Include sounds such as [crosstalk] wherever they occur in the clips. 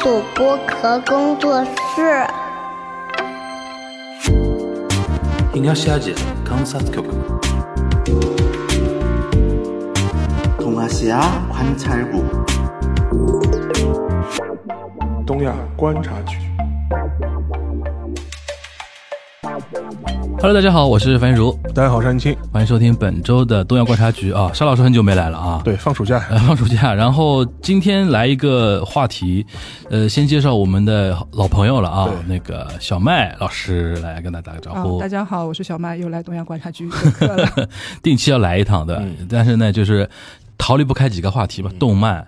主播壳工作室。東アジア観察局 동아시아 관찰국 东亚观察局。 Hello，大家好，我是樊如，大家好，山青。欢迎收听本周的东亚观察局啊。沙老师很久没来了啊，对，放暑假，呃， [laughs] 放暑假，然后今天来一个话题，呃，先介绍我们的老朋友了啊，那个小麦老师来跟大家打个招啊呼。，大家好，我是小麦，又来东亚观 [laughs] 察局做客了。定期要来一趟，对吧？但是呢，就是逃离不开几个话题吧，动漫，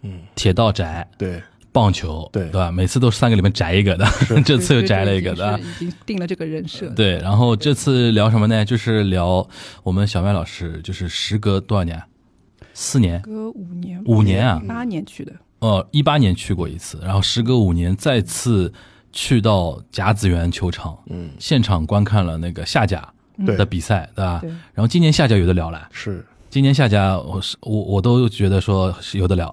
嗯，铁道宅。对，棒球，对对吧？每次都是三个里面摘一个的， [laughs] 这次又摘了一个的，已经定了这个人设。对，然后这次聊什么呢？就是聊我们小麦老师，就是时隔多少年？四年、隔五年、五年啊？八年去 [laughs] 的，呃，一八年去过一次，然后时隔五年再次去到甲子园球场，嗯，现场观看了那个下甲对的比赛，对吧？对然后今年下甲有的聊了，是今年下甲我是我我都觉得说是有的聊，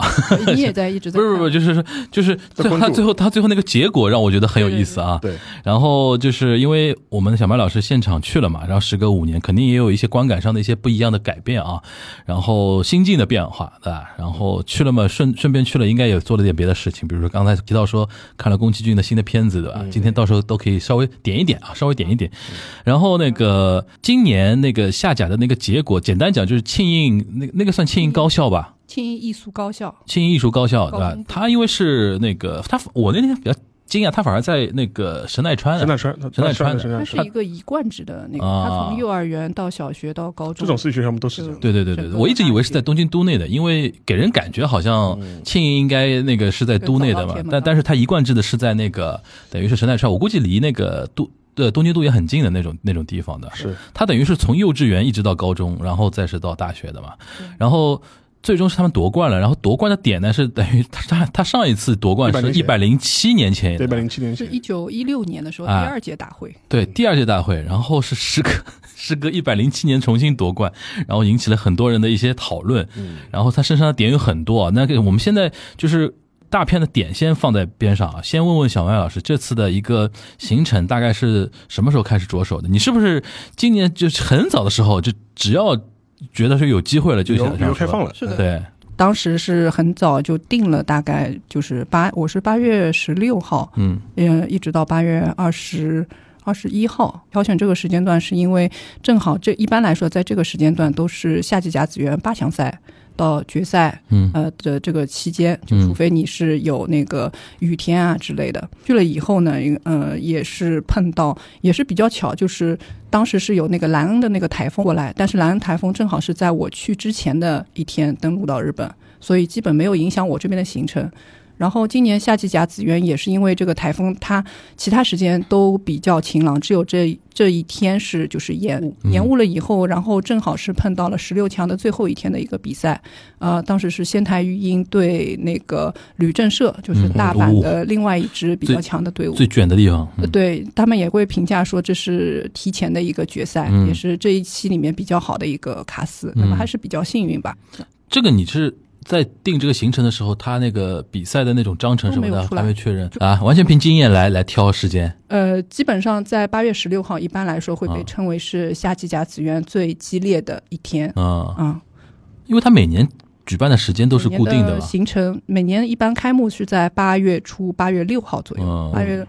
你也在一直在不是不是不是，就看是说就是最后关他注最后他最后那个结果让我觉得很有意思嗯啊，对，然后就是因为我们的小麦老师现场去了嘛，然后时隔五年，肯定也有一些观感上的一些不一样的改变啊，然后心境的变化，对吧？然后去了嘛，顺顺便去了，应该也做了点别的事情，比如说刚才提到说看了宫崎骏的新的片子，对嗯吧？今天到时候都可以稍微点一点啊，稍微点一点。然后那个今年那个下甲的那个结果，简单讲就是庆应那那个算庆应高校吧，庆应艺术高校，庆应艺术高校，对高吧中？部他因为是那个他，我那天比较惊讶，他反而在那个神奈川啊，神奈川，神奈川川的神它奈是川，一个一贯制的那个，嗯啊它从幼儿园到小学到高中，这种私立学校我们都是这样的。对对对对，整对个我一直以为是在大学东京都内的，因为给人感觉好像庆应应该那个是在都内的对走嘛到天，门但口但是它一贯制的是在那个等于是神奈川，我估计离那个都呃东京都也很近的那种那种地方的。是它等于是从幼稚园一直到高中，然后再是到大学的嘛，然后。最终是他们夺冠了，然后夺冠的点呢是等于他他他上一次夺冠是一百107零七年前，对，一百零七年是前一九一六年的时候第啊二届大会，嗯对，第二届大会，然后是 [laughs] 时隔时隔一百零七年重新夺冠，然后引起了很多人的一些讨论。嗯然后他身上的点有很多啊，那个我们现在就是大片的点先放在边上啊，先问问小麦老师这次的一个行程大概是什么时候开始着手的？你是不是今年就是很早的时候就只要觉得是有机会了就旅游想旅游开放了？了，是的，对，当时是很早就定了，大概就是八，我是八月十六号，嗯嗯，一直到八月二十。二十一号挑选这个时间段，是因为正好这一般来说，在这个时间段都是夏季甲子园八强赛到决赛，嗯呃的这个期间，就嗯除非你是有那个雨天啊之类的。去了以后呢，呃，也是碰到，也是比较巧，就是当时是有那个莱恩的那个台风过来，但是莱恩台风正好是在我去之前的一天登陆到日本，所以基本没有影响我这边的行程。然后今年夏季甲子园也是因为这个台风，它其他时间都比较晴朗，只有这这一天是就是延误，嗯延误了以后，然后正好是碰到了十六强的最后一天的一个比赛，呃，当时是仙台育英对那个吕正社，就是嗯大阪的另外一支比较强的队伍，最卷的地方，呃嗯对他们也会评价说这是提前的一个决赛，嗯也是这一期里面比较好的一个卡斯，嗯那么还是比较幸运吧。这个你是。在定这个行程的时候，他那个比赛的那种章程什么都没的有出还来没确认啊，完全凭经验来来挑时间。呃，基本上在八月十六号，一般来说会啊被称为是夏季甲子园最激烈的一天。啊，啊，因为他每年举办的时间都是固定每年的的吧？行程，每年一般开幕是在八月初，八月六号左右嗯，八、月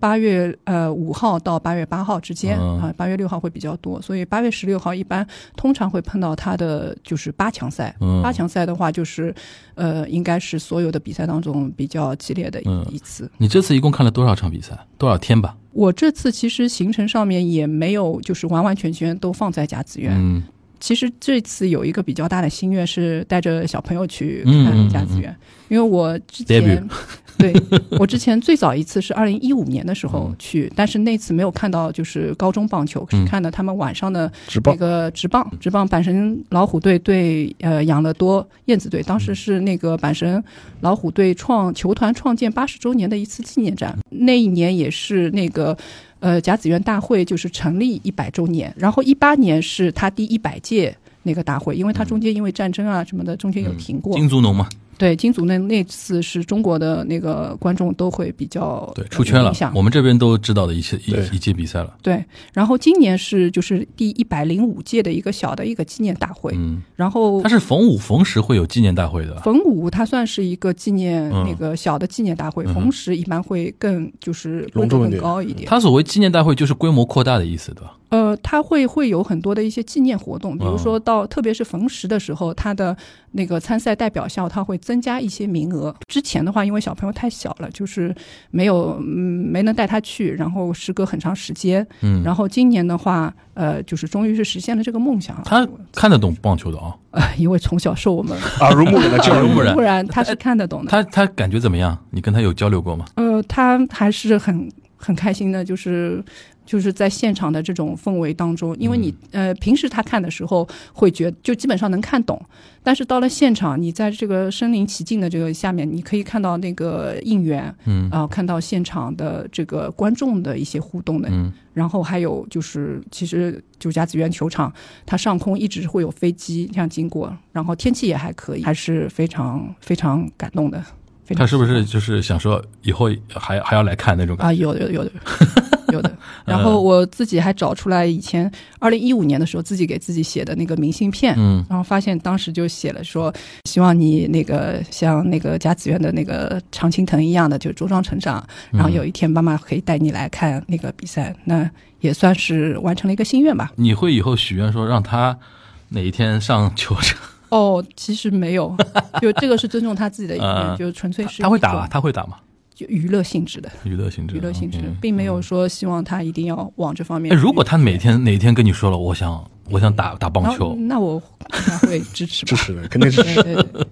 八月呃五号到八月八号之间、嗯啊，八月六号会比较多，所以八月十六号一般通常会碰到它的就是八强赛。嗯八强赛的话，就是呃，应该是所有的比赛当中比较激烈的一、嗯一次。你这次一共看了多少场比赛？多少天吧？我这次其实行程上面也没有就是完完全全都放在甲子园，嗯其实这次有一个比较大的心愿是带着小朋友去嗯看嗯甲子园，因为我之 Debut 前 [laughs] 对我之前最早一次是二零一五年的时候去，但是那次没有看到就是高中棒球，嗯是看到他们晚上的直报那个职棒，职棒阪神老虎队对呃养乐多燕子队，当嗯时是那个阪神老虎队创球团创建八十周年的一次纪念战，那一年也是那个。呃，甲子园大会就是成立一百周年，然后一八年嗯是他第一百届那个大会，因为它中间因为战争啊什么的，中间有停过。金足农嘛，对，金足那那次是中国的那个观众都会比较对，呃出圈有了印象，我们这边都知道的一些对一一届比赛了，对，然后今年是就是第一百零五届的一个小的一个纪念大会，嗯，然后它是逢五逢十会有纪念大会的，逢五它算是一个纪念嗯那个小的纪念大会，嗯哼逢十一般会更就是隆规重格一更点高一点。它所谓纪念大会就是规模扩大的意思，对吧？呃，它会会有很多的一些纪念活动，比如嗯说到特别是逢十的时候，它的那个参赛代表校它会增加一些名额。之前的话，因为小朋友太小了，就是没有嗯没能带他去，然后时隔很长时间，嗯，然后今年的话，呃，就是终于是实现了 [laughs] 这个梦想啊。他看得懂棒球的啊，呃，因为从小 [laughs] 受我们耳濡目染的教耳濡育，目染 [laughs] 不然哎他是看得懂的。他他感觉怎么样？你跟他有交流过吗？呃，他还是很很开心的，就是就是在现场的这种氛围当中，因为你、嗯呃平时他看的时候会觉就基本上能看懂，但是到了现场，你在这个身临其境的这个下面，你可以看到那个应援，嗯啊、看到现场的这个观众的一些互动的，嗯然后还有就是，其实九甲子园球场它上空一直会有飞机这样经过，然后天气也还可以，还是非常非常感动的。非常他是不是就是想说以后还还要来看那种感啊？有的有的有的 [laughs] 有的。然嗯后我自己还找出来以前二零一五年的时候自己给自己写的那个明信片，觉？嗯，然后发现当时就写了说，希望你那个像那个甲子园的那个常青藤一样的，就茁壮成长。然后嗯有一天妈妈可以带你来看那个比赛，那也算是完成了一个心愿吧。你会以后许愿说让他哪一天上球场？哦，其实没 [laughs] 有，就这个是尊重他自己的意嗯愿，就纯粹是他会打一种吧？他会打吗？就娱乐性质的，娱乐性质，娱乐性质嗯 OK，并没有说希望他一定要往这方面嗯哎，去。如果他每天哪天跟你说了，我想我想打打棒然后球，那我应该会支持吧支。持的，肯哦定支持。对对对，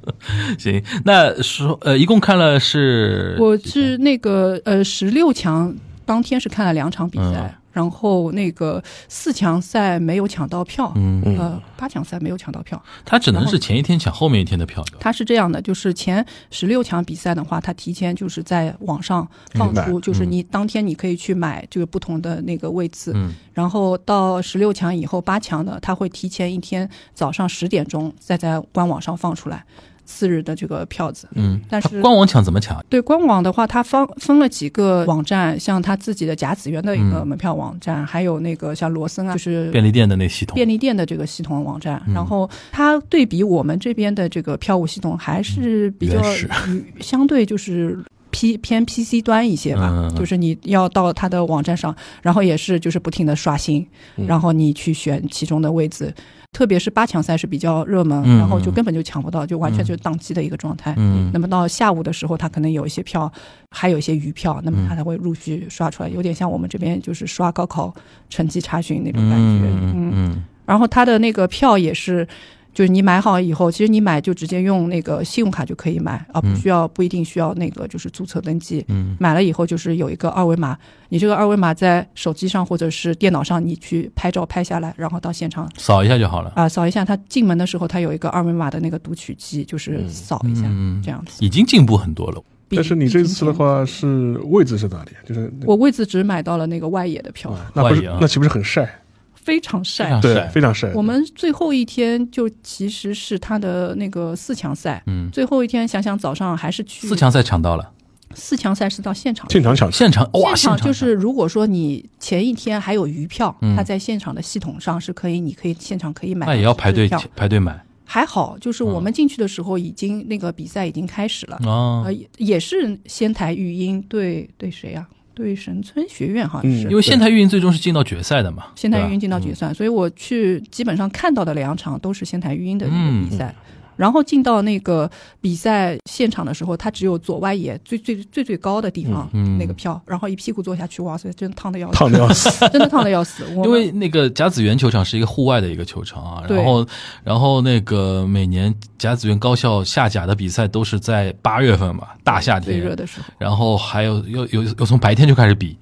行，那说呃，一共看了是嗯我是那个呃十六强当天是看了两场比嗯赛，然后那个四强赛没有抢到票，嗯，呃八强赛没有抢到票。他只能是前一天抢后面一天的票的，它是这样的，就是前十六强比赛的话，它提前就是在网上放明出，嗯就是你当天你可以去买这个不同的那个位次，嗯然后到十六强以后八强的，它会提前一天早上十点钟再在官网上放出来次日的这个票子。嗯，但他是官网抢怎么抢？对官网的话，它分分了几个网站，像它自己的甲子园的一个门票网站，还有那个像罗森啊，就是便利店的那系统，嗯便利店的这个系统网站，然后它对比我们这边的这个票务系统还嗯是比较原始与相对就是 P 偏 PC 端一些吧，嗯嗯嗯就是你要到它的网站上，然后也是就是不停的刷新，嗯然后你去选其中的位置，特别是八强赛是比较热门，嗯然后就根本就抢不到，就完全就是宕机的一个状态。嗯那么到下午的时候，它可能有一些票，还有一些余票，那么嗯它才会陆续刷出来，有点像我们这边就是刷高考成绩查询那种感觉。嗯嗯然后它的那个票也是，就是你买好以后，其实你买就直接用那个信用卡就可以买啊，不需要不一定需要那个就是注册登记。嗯买了以后就是有一个二维码，你这个二维码在手机上或者是电脑上，你去拍照拍下来，然后到现场扫一下就好了。啊、扫一下。它进门的时候，它有一个二维码的那个读取机，就是扫一下、嗯嗯这样子。已经进步很多了，[laughs] 比但是你这次的，比之前话是位置是哪里？就是那我位置只买到了那个外野的票，啊，那不是外野啊那岂不是很晒？非常非晒。常对，帅。非常晒。我们最后一天就其实是他的那个四强赛，嗯，最后一天想想早上还是去四强赛抢到了，四强赛是到现场。现场抢现场哇，现现场就是，如果说你前一天还有余票，嗯它在现场的系统上是可以，你可以现场可以买。那也要排队嗯票，排队买还好，就是我们进去的时候已经、那个比赛已经开始了，啊呃，，也也是仙台育英对对谁啊？对神村学院好像是。嗯因为现台运最终是进到决赛的嘛，仙台育英对吧嗯进到决赛，所以我去基本上看到的两场都是仙台育英的那嗯个比赛。然后进到那个比赛现场的时候，他只有左外野最最最最高的地方、嗯那个票，然后一屁股坐下去，哇塞，真烫的要死，烫的要 [laughs] 死，真的烫的要 [laughs] 死。我因为那个甲子园球场是一个户外的一个球场啊，对然后然后那个每年甲子园高校下甲的比赛都是在八月份嘛，大夏最热天，的时候，然后还有又又又从白天就开始比，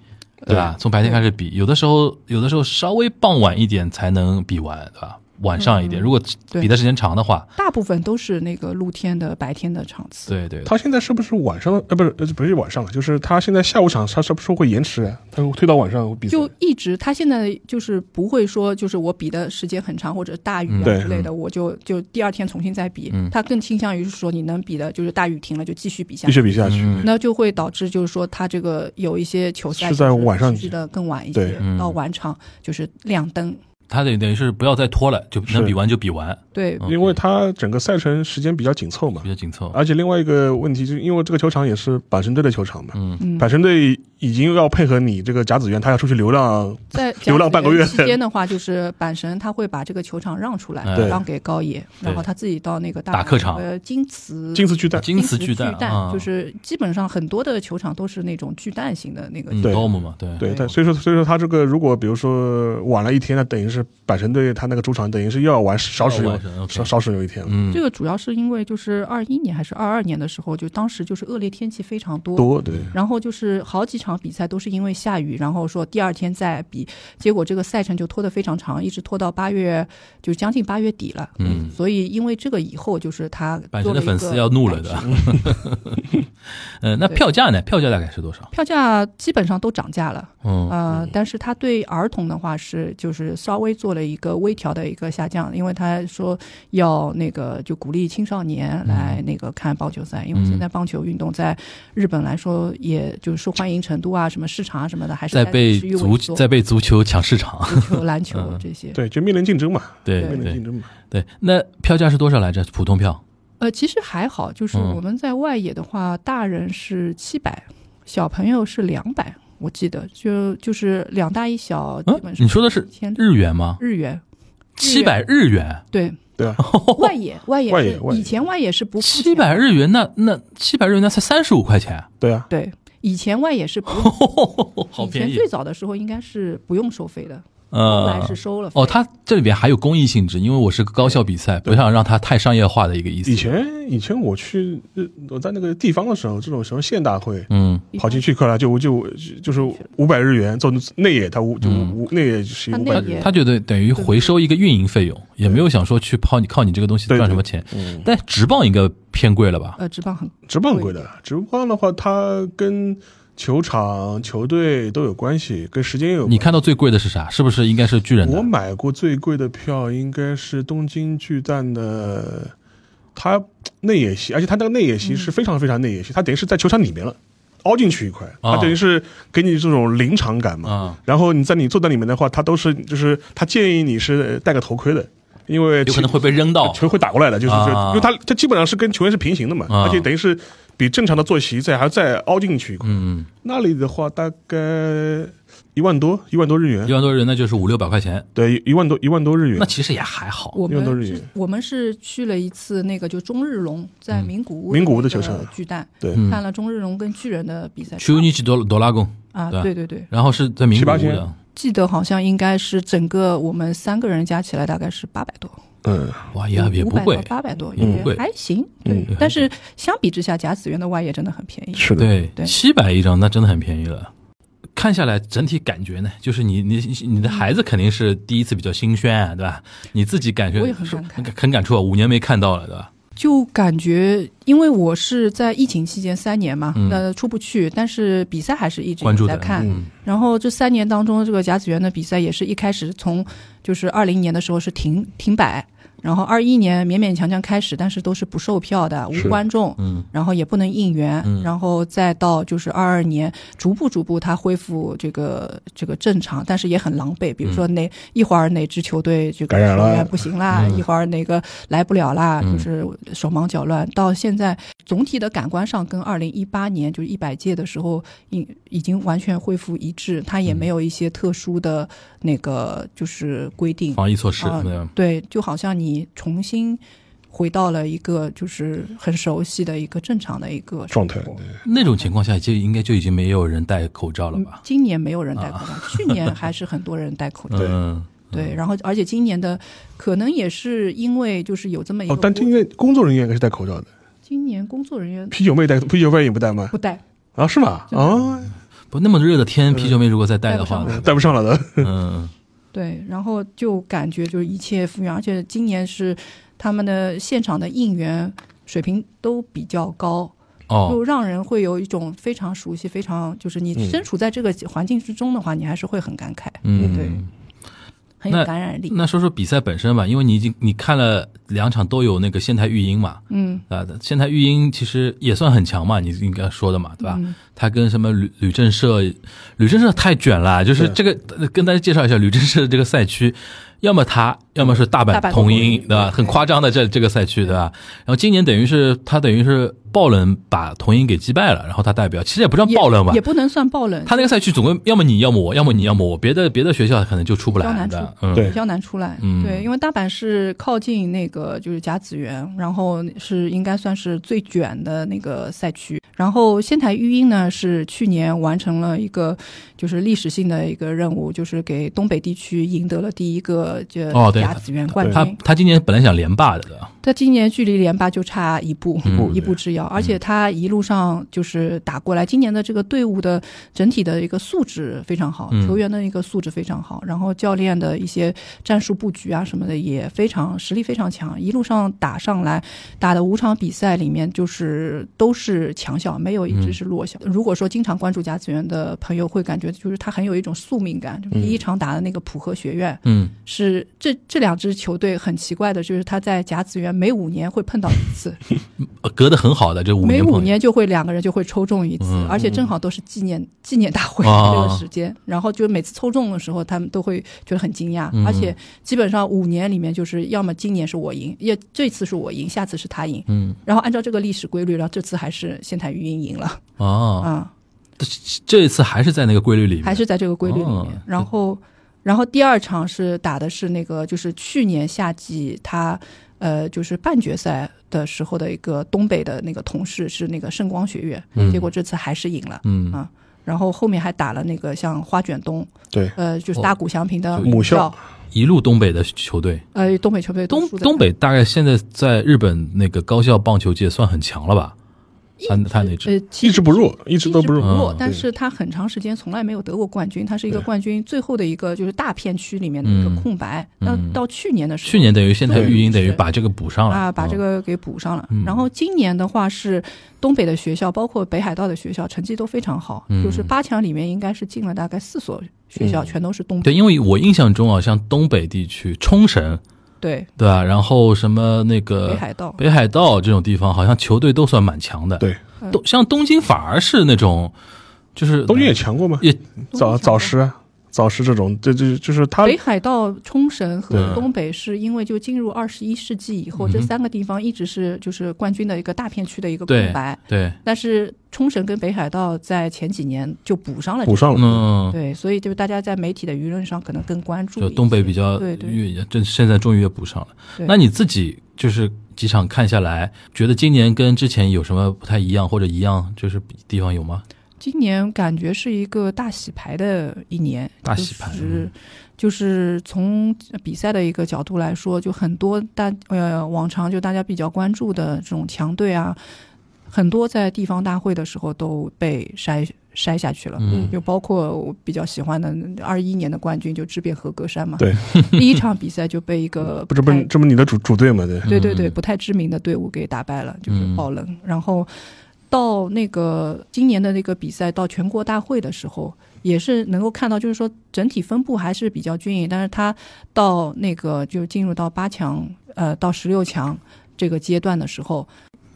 对吧？从白天开始比，有的时候有的时候稍微傍晚一点才能比完，对吧？晚上一点，嗯如果对比的时间长的话，大部分都是那个露天的、白天的场次。对对，他现在是不是晚上？呃，不是，呃不是晚上了，就是他现在下午场，他是不是会延迟啊？他会推到晚上比赛？就一直，他现在就是不会说，就是我比的时间很长或者大雨嗯啊对之类的，我就就第二天重新再比嗯。他更倾向于是说，你能比的，就是大雨停了就继续比下继去。续比下去。嗯那就会导致就是说，他这个有一些球赛是在就是晚上持续的更晚一对些嗯，到晚场就是亮灯。他得等于是不要再拖了，就能是比完就比完，对，嗯因为他整个赛程时间比较紧凑嘛比，较紧凑。呃而且另外一个问题就是因为这个球场也是阪神队的球场嘛，嗯，嗯，阪神队已经要配合你这个甲子园，他要出去流浪，在 [laughs] 流浪半个月甲子园期间的话，就是阪神他会把这个球场让出来哎，对让给高野，对然后他自己到那个大打客场呃金瓷金丝巨蛋，金瓷瓷巨蛋啊，就是基本上很多的球场都是那种巨蛋型的那个。嗯对 dome 嘛，对对，但所以说，所以说他这个如果比如说晚了一天，那等于是阪神队他那个主场等于是又要玩少使用晚上，OK 少少使用一天了。嗯，这个主要是因为就是二一年还是二二年的时候，就当时就是恶劣天气非常多，多对，然后就是好几场比赛都是因为下雨，然后说第二天再比，结果这个赛程就拖得非常长，一直拖到八月，就将近八月底了。嗯所以因为这个以后就是他阪做神了的一粉个丝要怒了的。 [laughs] 嗯，那票价呢？票价大概是多少？票价基本上都涨价了，嗯呃，但是他对儿童的话是就是稍微做了一个微调的一个下降，因为他说要那个就鼓励青少年来嗯那个看棒球赛，因为现在棒球运动在日本来说，也就是受欢迎程度啊，什么市场啊什么的，还是在持被续足萎缩在被足球抢市场，足球、篮球嗯这些。对，就面临竞争嘛，对面临对竞争嘛。对。那票价是多少来着？普通票呃，其实还好，就是嗯我们在外野的话，大人是七百，小朋友是两百，我记得就就是两大一小，基嗯本上你说的是千日元吗？日元。七百日元，对对啊，外野外野外是野外野以前外野是不付七钱百的日元，那那七百日元那才三十五块钱，对啊，对，以前外野 [laughs] 是不好以前便宜最。早的时候应该是不用收费的，后来呃是，收了费哦，它这里边还有公益性质，因为我是个高校比赛，不想让它太商业化的一个意思。以前以前我去日我在那个地方的时候，这种什么县大会。嗯，以前跑进去克拉就就就是五百日元，做内野他五就嗯五内野是他五内百他日元，他就得等于回收一个运营费用，也没有想说去靠你靠你这个东西对赚什么钱。嗯，但直棒应该偏贵了吧？呃职棒很职棒贵的，职棒的话，它跟球场、球队都有关系，跟时间也有关你看到最贵的是啥？是不是应该是巨人我的？买过最贵的票应该是东京巨蛋的，它内野席，而且它那个内野席是非常非常内野席，它等于是在球场里面了，凹进去一块，啊它等于是给你这种临场感嘛。啊，然后你在你坐在里面的话，它都是就是它建议你是呃戴个头盔的，因为有可能球会被扔到。球会打过来的，就是就哦啊因为它它基本上是跟球员是平行的嘛，啊而且等于是比正常的坐席再还要再凹进去一块。嗯，那里的话大概一万多，一万多日一元，万多人那就是五六百块钱，对，一万多一万多日元那。其实也还好。我用的们日是语我们是去了一次那个就中日龙在名古屋名古屋的的球场巨蛋对嗯看了中日龙跟巨人的比赛去尼奇多多拉贡，啊对吧对对对，然后是在名古屋七八的千，记得好像应该是整个我们三个人加起来大概是八百多，嗯，哇，也也不贵。八百多也不贵还行，对。但是相比之下，甲子园的外野真的很便宜。是的，对，对七百一张，那真的很便宜了。看下来，整体感觉呢，就是你你你的孩子肯定是第一次比较新鲜，对吧？你自己感觉我也很是感慨很感触啊，五年没看到了，对吧？就感觉，因为我是在疫情期间三年嘛，嗯那出不去，但是比赛还是一直关注在的看。嗯然后这三年当中，这个甲子园的比赛也是一开始从就是二零年的时候是停停摆，然后二一年勉勉强强开始，但是都是不售票的，无观众，嗯然后也不能应援，嗯然后再到就是二二年，逐步逐步它恢复这个这个正常，但是也很狼狈。比如说哪、一会儿哪支球队这个嗯感染了嗯球员不行啦，一会儿哪个来不了啦，嗯就是手忙脚乱。到现在总体的感官上跟二零一八年就是一百届的时候已已经完全恢复一致，它嗯也没有一些特殊的那个就是规定。防疫措施，啊对吧对，就好像你重新回到了一个就是很熟悉的一个正常的一个生状态活。那种情况下就应该就已经没有人戴口罩了吧？嗯今年没有人戴口罩，去年还是很多人戴口罩。啊嗯，对，然后而且今年的可能也是因为就是有这么一个哦波，，但今天工作人员应该是戴口罩的，今年工作人员啤酒妹戴，啤酒妹也不戴吗不？戴，啊， [laughs] 是吗？啊，不那么热的天，啤酒妹如果再戴的话，戴不上了的。嗯，对，然后就感觉就是一切复原，而且今年是他们的现场的应援水平都比较高，就哦，让人会有一种非常熟悉、非常就是你嗯身处在这个环境之中的话，你还是会很感慨，对嗯，很有那感染力。那说说比赛本身吧，因为你已经你看了两场都有那个仙台育英嘛，嗯，啊，仙台育英其实也算很强嘛，你应该说的嘛，对嗯吧？他跟什么吕吕正社，吕正社太卷了，就是这个呃跟大家介绍一下吕正社的这个赛区，要么他，要么是大阪大阪桐桐鹰，鹰对吧？对很夸张的这这个赛区，对吧？然后今年等于是他等于是爆冷把桐鹰给击败了，然后他代表其实也不算也爆冷吧也，不能算爆冷，他那个赛区总归要么你要么我，要么你要么我，别的别的学校可能就出不比较来难出的，嗯，对比较难出来。嗯对，因为大阪是靠近那个就是甲子园，然后是应该算是最卷的那个赛区。然后仙台育英呢是去年完成了一个就是历史性的一个任务，就是给东北地区赢得了第一个就哦对甲子园冠他军。他今年本来想连霸的，对吧？他今年距离连霸就差一步，嗯一步之遥，而且他一路上就是打过来，今年的这个队伍的整体的一个素质非常好，嗯球员的一个素质非常好，然后教练的一些战术布局啊什么的也非常实力非常强，一路上打上来打的五场比赛里面就是都是强校，没有一嗯支是弱小。如果说经常关注甲子园的朋友会感觉就是他很有一种宿命感，就是第一场打的那个浦和学院，嗯，是这这两支球队很奇怪的，就是他在甲子园每五年会碰到一次，呃隔得很好的这五每年五碰一年就会两个人就会抽中一次，嗯而且正好都是纪念纪念大会啊这个时间，然后就每次抽中的时候，他们都会觉得很惊讶，嗯而且基本上五年里面就是要么今年是我赢，也这次是我赢，下次是他赢，嗯，然后按照这个历史规律，然后这次还是仙台育英赢了哦，啊。这一次还是在那个规律里面，还是在这个规律里面。哦然后，然后第二场是打的是那个，就是去年夏季他呃，就是半决赛的时候的一个东北的那个同事是那个圣光学院，嗯结果这次还是赢了。嗯啊然后后面还打了那个像花卷东，对，呃，就是哦大谷翔平的母校，一路东北的球队，呃，东北球队都东输得东北大概现在在日本那个高校棒球界算很强了吧？他他那支呃，一其直实不弱，一直都不一弱。弱嗯，但是他很长时间从来没有得过冠军，他是一个对冠军最后的一个就是大片区里面的一个嗯空白。那嗯到去年的时候，去年等于仙台育英等于对把这个补上了啊，把嗯这个给补上了。嗯然后今年的话是东北的学校，包括北海道的学校，成绩都非常好，嗯就是八强里面应该是进了大概四所学校，嗯全都是东北。对，因为我印象中啊，像东北地区冲绳对，对吧，然后什么那个北海道北海道这种地方，好像球队都算蛮强的。嗯对，东像东京反而是那种就是东京也强过吗？也早早石啊，早石这种，这这就是他北海道、冲绳和对东北是因为就进入二十一世纪以后，嗯这哼三个地方一直是就是冠军的一个大片区的一个对空白。对，但是冲绳跟北海道在前几年就补上了这补个，上了。嗯，对，所以就是大家在媒体的舆论上可能更关注一就些。东北比较对对越这现在终于也补上了。对那你自己就是几场看下来，觉得今年跟之前有什么不太一样，或者一样就是地方有吗？今年感觉是一个大洗牌的一年，大洗牌嗯就是就是从比赛的一个角度来说，就很多大呃往常就大家比较关注的这种强队啊，很多在地方大会的时候都被筛筛下去了。嗯就包括我比较喜欢的二一年的冠军，就质变合格山嘛，对， [laughs] 第一场比赛就被一个不，这不哎太这不你的主主队嘛？对，对对对，嗯不太知名的队伍给打败了，就是嗯爆冷。然后到那个今年的那个比赛，到全国大会的时候，也是能够看到，就是说整体分布还是比较均匀，但是他到那个就进入到八强，呃，到十六强这个阶段的时候。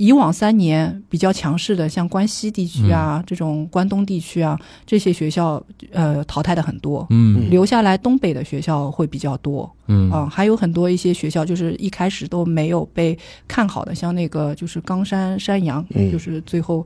以往三年比较强势的，像关西地区啊、嗯这种关东地区啊这些学校，呃，淘汰的很多，嗯留下来东北的学校会比较多。嗯嗯，还有很多一些学校就是一开始都没有被看好的，像那个就是冈山山阳，嗯就是最后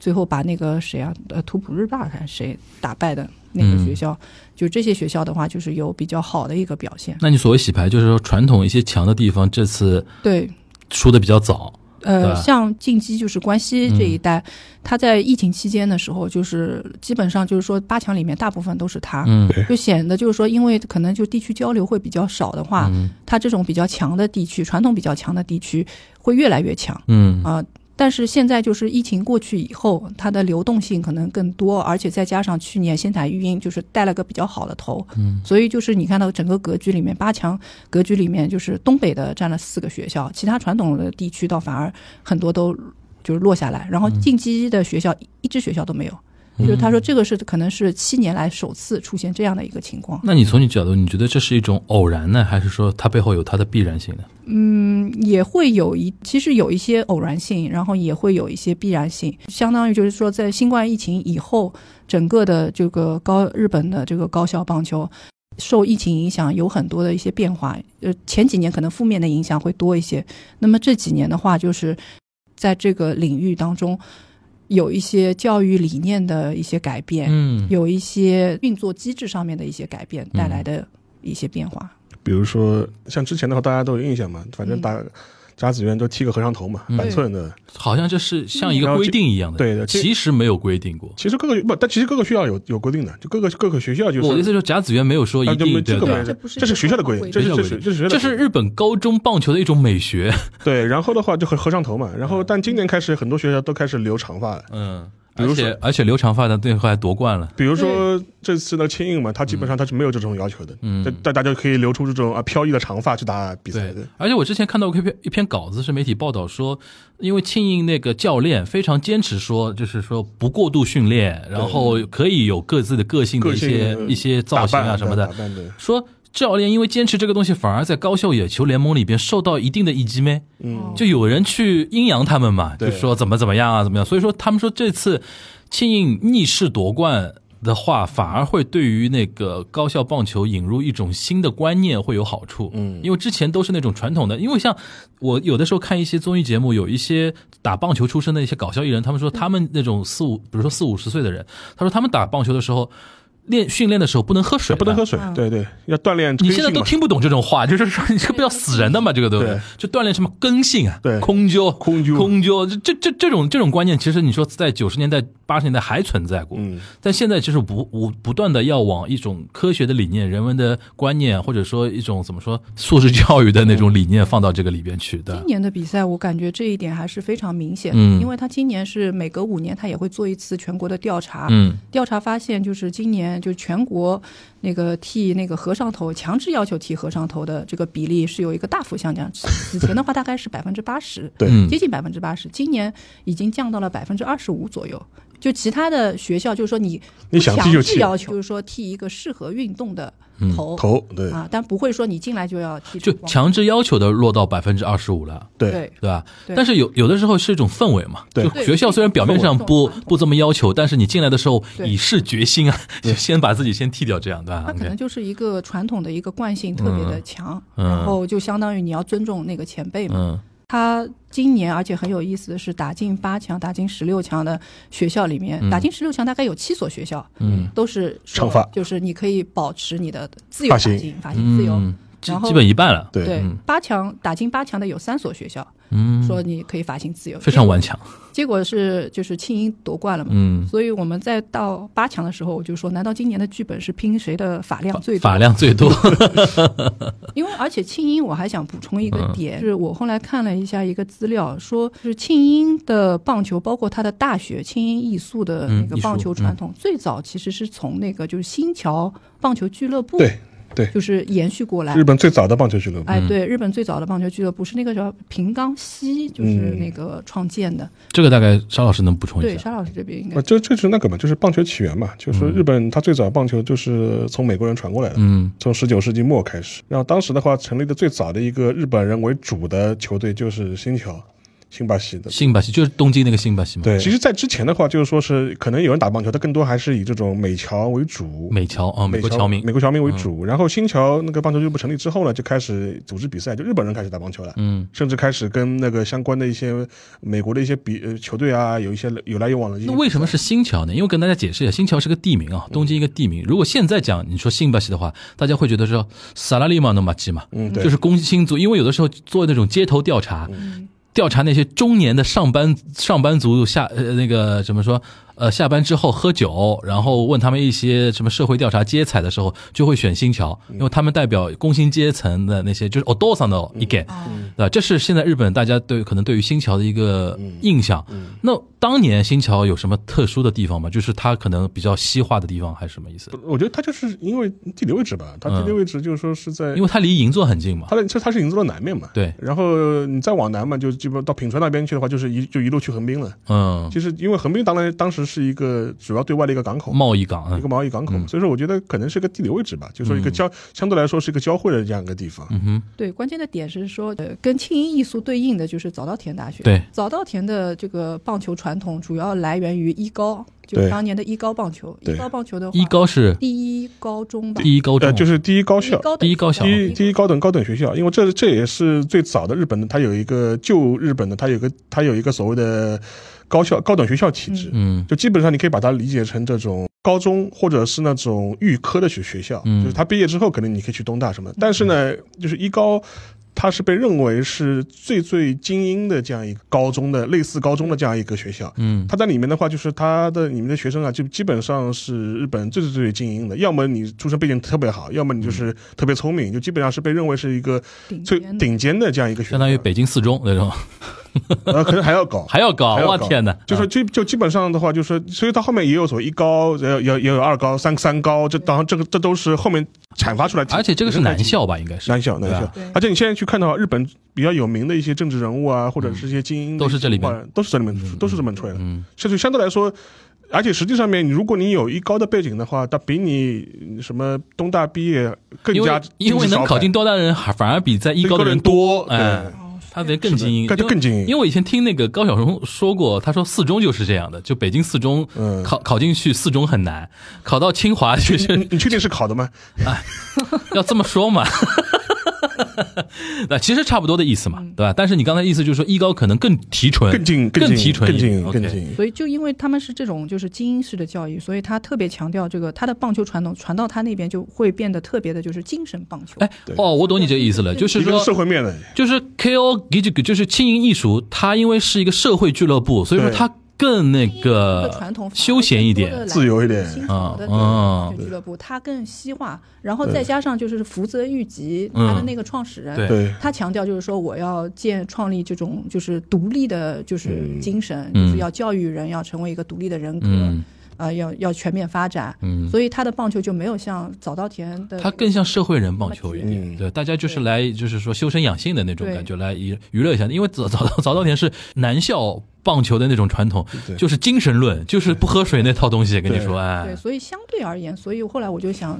最后把那个谁啊，呃，图普日大还是谁打败的那个嗯学校，就这些学校的话，就是有比较好的一个表现。那你所谓洗牌，就是说传统一些强的地方这次对，输的比较早，对嗯呃，吧像晋级就是关西这一带，他在疫情期间的时候，就是基本上就是说八强里面大部分都是他，嗯对就显得就是说，因为可能就地区交流会比较少的话，它这种比较强的地区，传统比较强的地区会越来越强嗯啊、但是现在就是疫情过去以后，它的流动性可能更多，而且再加上去年仙台育英就是带了个比较好的头，嗯，所以就是你看到整个格局里面，八强格局里面就是东北的占了四个学校，其他传统的地区倒反而很多都就是落下来，然后晋级的学校、一支学校都没有，就是他说这个是可能是七年来首次出现这样的一个情况。那你从你角度，你觉得这是一种偶然呢，还是说它背后有它的必然性呢？也会有一，其实有一些偶然性，然后也会有一些必然性，相当于就是说，在新冠疫情以后，整个的这个高日本的这个高校棒球受疫情影响有很多的一些变化，呃，前几年可能负面的影响会多一些，那么这几年的话，就是在这个领域当中有一些教育理念的一些改变，嗯有一些运作机制上面的一些改变带来的一些变化。比如说像之前的话，大家都有印象嘛，反正嗯打甲子园都剃个和尚头嘛，嗯板寸的。好像这是像一个规定一样的，对的这其实没有规定过。其实各个不，但其实各个学校有有规定的，就各个各个学校就是我的意思是，甲子园没有说啊一就定没这对个吧没？这是学校的规定，这是这是这是学校的规这定是日本高中棒球的一种美学。对，然后的话就和和尚头嘛，然后但今年开始很多学校都开始留长发了，嗯，比如 [laughs] 说而且而且留长发的最后还夺冠了。比如说这次的青印嘛，他基本上他是没有这种要求的，嗯大大大家就可以留出这种啊飘逸的长发去打比赛对的，，而且我之前看到过一篇一篇稿子，是媒体报道说，因为庆应那个教练非常坚持说，就是说不过度训练，然后可以有各自的个性的个一性些呃一些造型打啊扮什么打的。扮的，说教练因为坚持这个东西，反而在高校野球联盟里边受到一定的一击咩？嗯，就有人去阴阳他们嘛，就对说怎么怎么样啊，怎么样。所以说他们说这次庆应逆势夺冠的话，反而会对于那个高校棒球引入一种新的观念会有好处。嗯因为之前都是那种传统的，因为像我有的时候看一些综艺节目，有一些打棒球出身的一些搞笑艺人，他们说他们那种四五，比如说四五十岁的人，他说他们打棒球的时候。练训练的时候不能喝水的，不能喝水，对对，要锻炼根你性现在都嘛听不懂这种话， [laughs] 就是说你这个不要死人的嘛，这个都对就锻炼什么根性啊，对空灸、空灸空灸，这这这这种这种观念，其实你说在九十年代、八十年代还存在过，嗯，但现在就是不不不断的要往一种科学的理念、人文的观念，或者说一种怎么说素质教育的那种理念放到这个里边去的今。年的比赛，我感觉这一点还是非常明显的，嗯因为他今年是每隔五年他也会做一次全国的调查，嗯调查发现就是今年就全国那个剃那个和尚头，强制要求剃和尚头的这个比例是有一个大幅下降，此前的话大概是百分之八十，对嗯接近百分之八十，今年已经降到了百分之二十五左右。就其他的学校，就是说你你想剃就不强剃制要求，就是说剃一个适合运动的头、头对啊，但不会说你进来就要剃嗯就光强制要求的落到百分之二十五了。对对对吧？对但是有有的时候是一种氛围嘛，对就学校虽然表面上不氛围不这么要求，但是你进来的时候对以示决心啊，就 [laughs] 先把自己先剃掉，这样对吧它可能？OK，就是一个传统的一个惯性特别的强，嗯然后就相当于你要尊重那个前辈嘛。嗯他今年而且很有意思的是，打进八强、打进十六强的学校里面，嗯打进十六强大概有七所学校，嗯，都是说长发就是你可以保持你的自由发打型进发型自由。嗯，基然后基本一半了，对对嗯，八强打进八强的有三所学校嗯，说你可以发型自由，非常顽强，结果是就是庆英夺冠了嘛。嗯，所以我们在到八强的时候，我就说，难道今年的剧本是拼谁的发量最多发？量最多，因为而且庆英，我还想补充一个点，就是我后来看了一下一个资料，说就是庆英的棒球，包括他的大学庆英艺术的那嗯个艺术棒球传统，最早其实是从那个就是新桥棒球俱乐部，对对，就是延续过来日。本最早的棒球俱乐部，哎，对，日本最早的棒球俱乐部是那个叫平冈西，就是那个创建的。 [laughs] 这个大概沙老师能补充对，一下，沙老师这边应该啊，这这是那个嘛，就是棒球起源嘛，就是说日本它最早棒球就是从美国人传过来的。嗯从十九世纪末开始，然后当时的话，成立的最早的一个日本人为主的球队就是新桥，新巴西的。新巴西就是东京那个新巴西嘛，对，其实，在之前的话，就是说是可能有人打棒球，但更多还是以这种美侨为主，美侨啊，美国侨侨民嗯美，国侨民为主。然后新桥那个棒球俱乐部成立之后呢，就开始组织比赛，就日本人开始打棒球了。嗯甚至开始跟那个相关的一些美国的一些比呃球队啊，有一些有来有往的一些。那为什么是新桥呢？因为跟大家解释一下，新桥是个地名啊，东京一个地名。如果现在讲你说新巴西的话，大家会觉得说萨拉利马诺马基嘛，嗯，对，就是工薪族，因为有的时候做那种街头嗯调查，调查那些中年的上班上班族下呃那个怎么说呃下班之后喝酒，然后问他们一些什么社会调查阶层的时候，就会选新桥，嗯因为他们代表工薪阶层的那些就是哦 o d o s a 的意嗯见，对吧？这是现在日本大家对可能对于新桥的一个嗯印象。那当年新桥有什么特殊的地方吗？就是它可能比较西化的地方还是什么意思？我觉得它就是因为地理位置吧，它地理位置就是说是在嗯因为它离银座很近嘛。它的这它是银座的南面嘛，对然后你再往南嘛，就基本到品川那边去的话，就是一就一路去横滨了。嗯，其实因为横滨当然当时是一个主要对外的一个港口，贸易港，一嗯个贸易港口，所以说我觉得可能是个地理位置吧，就是说一个交、相对来说是一个交汇的这样一个地方。嗯哼，对，关键的点是说，呃，跟轻音艺术对应的就是早稻田大学。对，早稻田的这个棒球传统主要来源于一高，就对当年的一高棒球。对一高棒球的话，一高是第一高中吧，第一高中，呃，就是第一高第一校，高第一高校等第一级第一高等高等学校，因为这这也是最早的日本的，它有一个旧日本的，它有个它有一个所谓的高校高等学校体制，嗯就基本上你可以把它理解成这种高中或者是那种预科的学学校，嗯就是他毕业之后可能你可以去东大什么的，但是呢，就是一高。它是被认为是最最精英的这样一个高中的类似高中的这样一个学校，嗯他在里面的话，就是他的里面的学生啊，就基本上是日本最最最精英的，要么你出身背景特别好，要么你就是嗯特别聪明，就基本上是被认为是一个顶最尖的顶尖的这样一个学校，相当于北京四中那种，呃，可能还要 [laughs] 高。还要高，还要我高天哪！就是就就基本上的话，就是所以到后面也有所谓一高，也有也有也有二高、三三高，这当然这个这都是后面阐发出来的。而且这个是男校吧，应该是男校，对男吧校对。而且你现在去看的话，日本比较有名的一些政治人物啊，或者是一些精英的嗯都一些文化，啊是这里面都是这里面，都是这么出来的。嗯甚至相对来说，而且实际上面，如果你有一高的背景的话，它比你什么东大毕业更因加为因为能考进东大的人还反而比在一一高的人多，对哎，他得更精英，更因为更精英因为我以前听那个高晓松说过，他说四中就是这样的，就北京四中嗯考考进去四中很难，考到清华 [laughs] 去你是你你确定是考的吗？要这么说嘛。 [laughs] 那其实差不多的意思嘛，对吧？但是你刚才意思就是说，一高可能更提纯，嗯更精更精提纯更一精点，英更 OK 精英。所以就因为他们是这种就是精英式的教育，所以他特别强调这个他的棒球传统传到他那边就会变得特别的就是精神棒球。哎，哦，我懂你这个意 [laughs] 思了，就是一个说是社会面的，就是 KO g i j i 就是轻盈艺术，它因为是一个社会俱乐部，所以说对它更那这个传统呃反而休闲一更多点地。来自由一点新潮的嗯嗯这个俱乐部，它更西化，然后再加上就是福泽谕吉，嗯他的那个创始人，对对他强调就是说我要建创立这种就是独立的，就是精神，嗯就是要教育人要成为一个独立的人格，嗯啊、要要全面发展，嗯，所以他的棒球就没有像早稻田的那个，它更像社会人棒球一点，嗯对，大家就是来就是说修身养性的那种对感觉，来娱娱乐一下。因为早早早稻田是男校棒球的那种传统，对就是精神论，就是不喝水那套东西。跟你对说，哎对，，所以相对而言，所以后来我就想，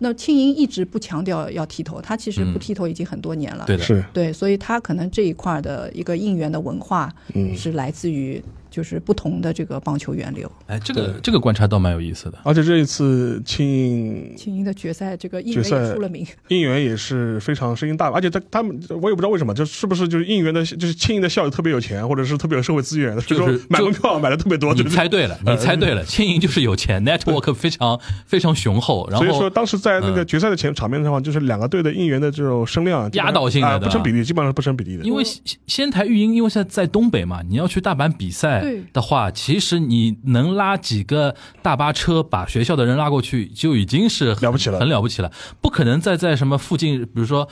那庆英一直不强调要剃头，他其实嗯不剃头已经很多年了，对的，是对，所以他可能这一块儿的一个应援的文化，嗯是来自于就是不同的这个棒球源流。哎，这个这个观察倒蛮有意思的。而且这一次庆应庆英的决赛，这个应决援也赛出了名，应援也是非常声音大，而且他他们我也不知道为什么，这是不是就是应援的，就是庆应的校友特别有钱，或者是特别有社会资源，所以就说是买门票买的特别多，你就是猜对了，你猜对了，轻盈就是有钱，network [laughs] 非常非常雄厚，然所以后说，当时在那个决赛的前场面上，就是两个队的应援的这种声量基本上压倒性的啊对吧不成比例，基本上是不成比例的。因为仙仙台育英，因为现在在东北嘛，你要去大阪比赛对的话，其实你能拉几个大巴车把学校的人拉过去，就已经是很了不起了很了不起了。不可能再在什么附近，比如说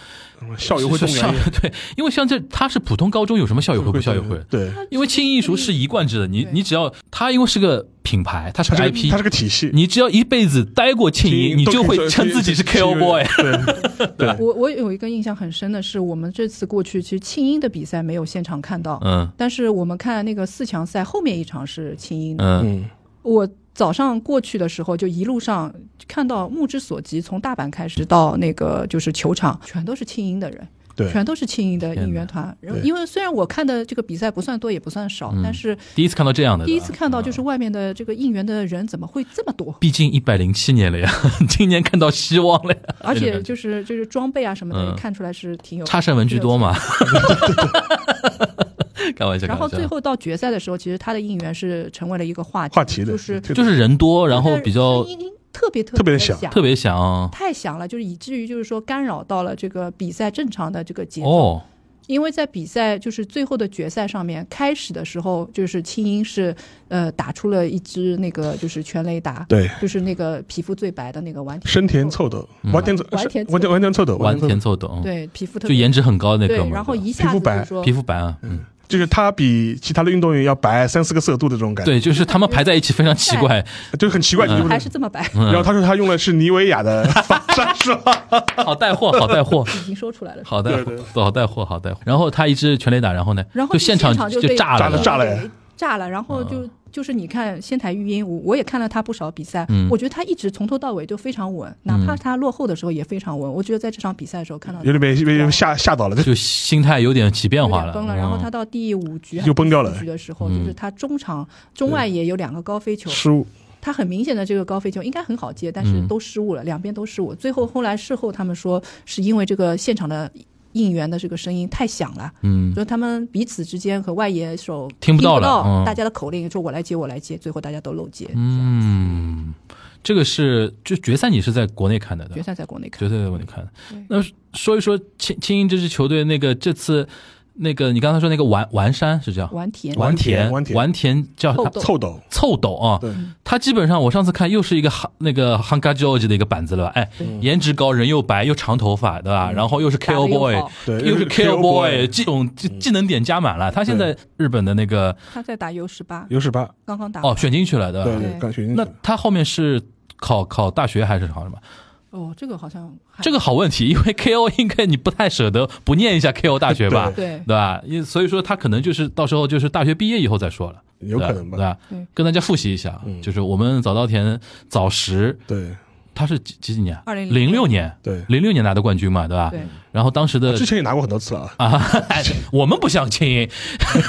校友会动校员， [laughs] 对，因为像这他是普通高中，有什么校友会不校友会？对，因为轻艺术是一贯制的，你对你只要他因为是个品牌，他是它个是个 IP，它是个体系。你只要一辈子待过庆精怡，英你都就可以会说称自己是 KO boy。对对，我我有一个印象很深的是，我们这次过去其实庆英的比赛没有现场看到，嗯但是我们看那个四强赛后面一场是庆英的，嗯，嗯，我早上过去的时候，就一路上看到目之所及，从大阪开始到那个就是球场，全都是庆英的人，对全都是庆英的天哪应援团。然后对因为虽然我看的这个比赛不算多，也不算少，嗯但是第一次看到这样的，嗯第一对吧次看到就是外面的这个应援的人怎么会这么 [laughs] 多？毕竟一百零七年了呀， [laughs] 今年看到希望了呀。而这种且感觉就是就是装备啊什么的，嗯看出来是挺有差生文具多嘛， [laughs] 开玩笑，然后开玩笑最后到决赛的时候，其实他的应援是成为了一个话题，话题的就是对就是人多，然后比较声音啊特别特别别响响，特别响太响了，就是以至于就是说干扰到了这个比赛正常的这个节奏。哦，因为在比赛就是最后的决赛上面，开始的时候就是青音是呃打出了一支那个就是全雷达，对，就是那个皮肤最白的那个完深田凑斗，完田完田完田完田凑斗，嗯完田田凑斗，嗯，对皮肤特就别颜值很高的那对哥们，儿，然后对吧一下子皮肤白就说皮肤白啊，嗯，就是他比其他的运动员要白三四个色度的这种感觉，对，就是他们排在一起非常奇怪，就是很奇怪。嗯你就不还能是这么白，然后他说他用的是妮维雅的防 [laughs] 晒霜， [laughs] 好带货，好带货，已经说出来了。好带对货，好带货，好带货。然后他一支全垒打，然后呢，然后就就现场场就被炸炸了，了炸了呀对炸了，然后就、就是你看仙台育英，我我也看了他不少比赛，嗯我觉得他一直从头到尾都非常稳，哪怕他落后的时候也非常稳。我觉得在这场比赛的时候看到他有点被被吓吓到了。就心态有点起变有化点了，崩了，然后嗯他到第五局还就崩掉了是第四局的时候，嗯就是他中场中外野有两个高飞球，失误，他很明显的这个高飞球应该很好接，但是嗯都失误了，两边都失误。最后后来事后他们说是因为这个现场的应援的这个声音太响了，嗯，就是他们彼此之间和外野手听不到了嗯大家的口令，说我来接，我来接，最后大家都漏接。嗯，这个是就决赛，你是在国内看的，对决吧？赛在国内看决，赛在国内看的。那说一说青青鹰这支球队，那个这次那个你刚才说那个完完山是这样，完田完田田完完田叫后他斗凑斗，凑斗啊对，他基本上我上次看又是一个哈那个 h a n g a George 的一个板子了吧？哎，颜值高，人又白又长头发，对吧？然后又是打得 KO 又 boy，好对嗯又是 KO KO boy， boy 这种技技能点加满了。他现在日本的那个他在打 U 十八，有十八，刚刚打哦选进去了，对对吧？对，感觉那他后面是考考大学还是考什么？哦，这个好像 [laughs] 还这个好问题，因为 KO 应该你不太舍得不念一下 KO 大学吧？对对对吧？因所以说他可能就是到时候就是大学毕业以后再说了，有可能对啊吧，吧？对对吧跟大家复习一下，嗯就是我们早稻田早石对他是几几几年？ 2006零六年，对。零六年拿的冠军嘛，对吧？对。然后当时的之前也拿过很多次了，啊， [laughs] 我们不相亲，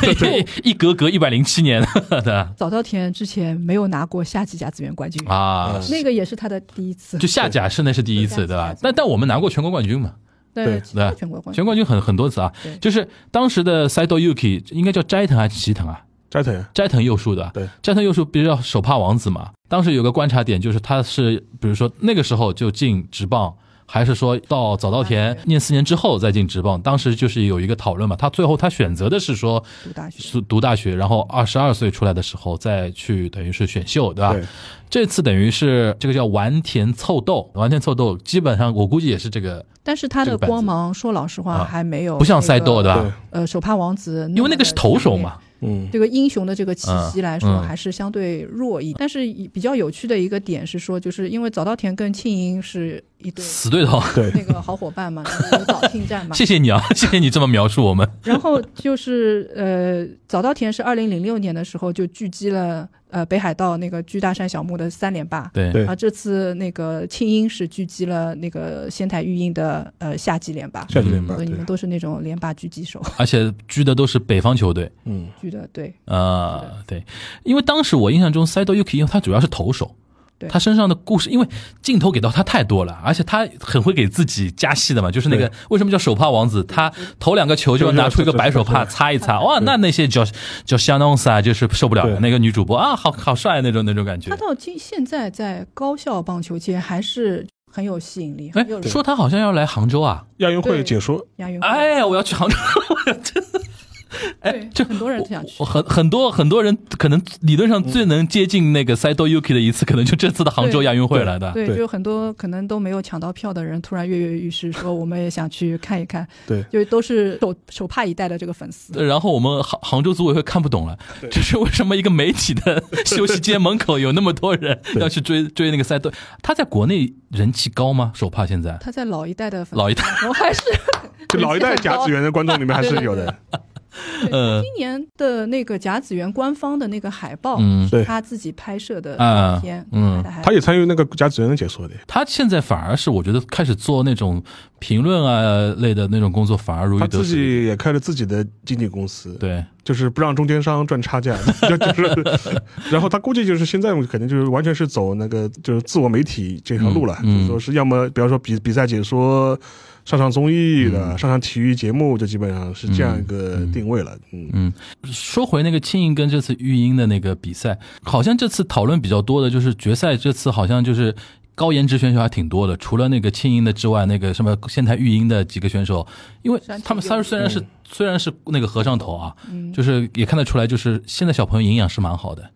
[laughs] 一格格一百零七年 [laughs] 的早稻田之前没有拿过夏季甲子园冠军，啊嗯，那个也是他的第一次就，下甲是那是第一次，对对吧下？甲但但我们拿过全国冠军嘛，对对全国冠军全。冠军很很多次啊对，就是当时的 Saito Yuki 应该叫斋藤还是齐藤啊？斋藤斋藤佑树的，对，斋藤佑树比较手帕王子嘛。当时有个观察点就是，他是比如说那个时候就进职棒，还是说到早稻田念四年之后再进职棒？当时就是有一个讨论嘛。他最后他选择的是说读大学是读大学，然后二十二岁出来的时候再去等于是选秀，对吧？对这次等于是这个叫完田凑斗，完田凑斗基本上我估计也是这个，但是他这个的板子光芒，说老实啊话还没有不像那赛哦个斗，对吧？对，呃，手帕王子么的强烈，因为那个是投手嘛，嗯，这个英雄的这个气息来说嗯嗯还是相对弱一，但是比较有趣的一个点是说，就是因为早稻田跟庆应是一对死对 [laughs] 头。对那个好伙伴嘛，就是有早庆战嘛谢。谢 [laughs] 你啊，谢谢你这么描述我们。然后就是呃，早稻田是二零零六年的时候就聚集了呃北海道那个巨大山小木的三连霸。对对啊，这次那个庆应是聚集了那个仙台育英的呃夏季连霸，下几年吧，所以啊你对们，都是那种连霸狙击手， [laughs] 而且狙的都是北方球队。嗯，狙的对。啊，对，因为当时我印象中 Saito Yuki，因为他主要是投手，对他身上的故事，因为镜头给到他太多了，而且他很会给自己加戏的嘛，就是那个为什么叫手帕王子，他投两个球就要拿出一个白手帕对对对对擦一擦，哇，那那些叫叫 s h a n o n s a 啊就是受不了了，对那个女主播啊，好好帅那种那种感觉他。到今现在在高校棒球界还是很有吸引力，哎很有，说他好像要来杭州啊，亚运会对解说，亚运会，哎，我要去杭州，对，这很多人想去我。很很多很多人可能理论上最能接近那个 Saito Yuki 的一次，可能就这次的杭州对亚运会了的。对，对就很多可能都没有抢到票的人，突然跃跃欲试，说我们也想去看一看，对就都是手手帕一代的这个粉丝。呃然后我们杭杭州组委会看不懂了，这是为什么一个媒体的休息间门口有那么多 [laughs] 人要去追追那个赛队？他在国内人气高吗？手帕现在他在老一代的粉 [laughs] 丝，老一代，我还是就老 [laughs] 一代甲子园的观众里面还是有的， [laughs] 呃今年的那个甲子园官方的那个海报，嗯对他自己拍摄的啊片，嗯，还他也参与那个甲子园的解说的，他现在反而是我觉得开始做那种评论啊类的那种工作，反而如鱼他得自水。己也开了自己的经纪公司，对，就是不让中间商赚差价， [laughs] 就就是，然后他估计就是现在肯定就是完全是走那个就是自我媒体这条路了，嗯嗯就是说是要么比方说比比赛解说，上上综艺的，上上体育节目，就基本上是这样一个定位了。嗯，嗯，说回那个庆应跟这次育英的那个比赛，好像这次讨论比较多的就是决赛，这次好像就是高颜值选手还挺多的，除了那个庆英的之外，那个什么仙台育英的几个选手，因为他们仨虽然是、虽然是那个和尚头啊，就是也看得出来，就是现在小朋友营养是蛮好的，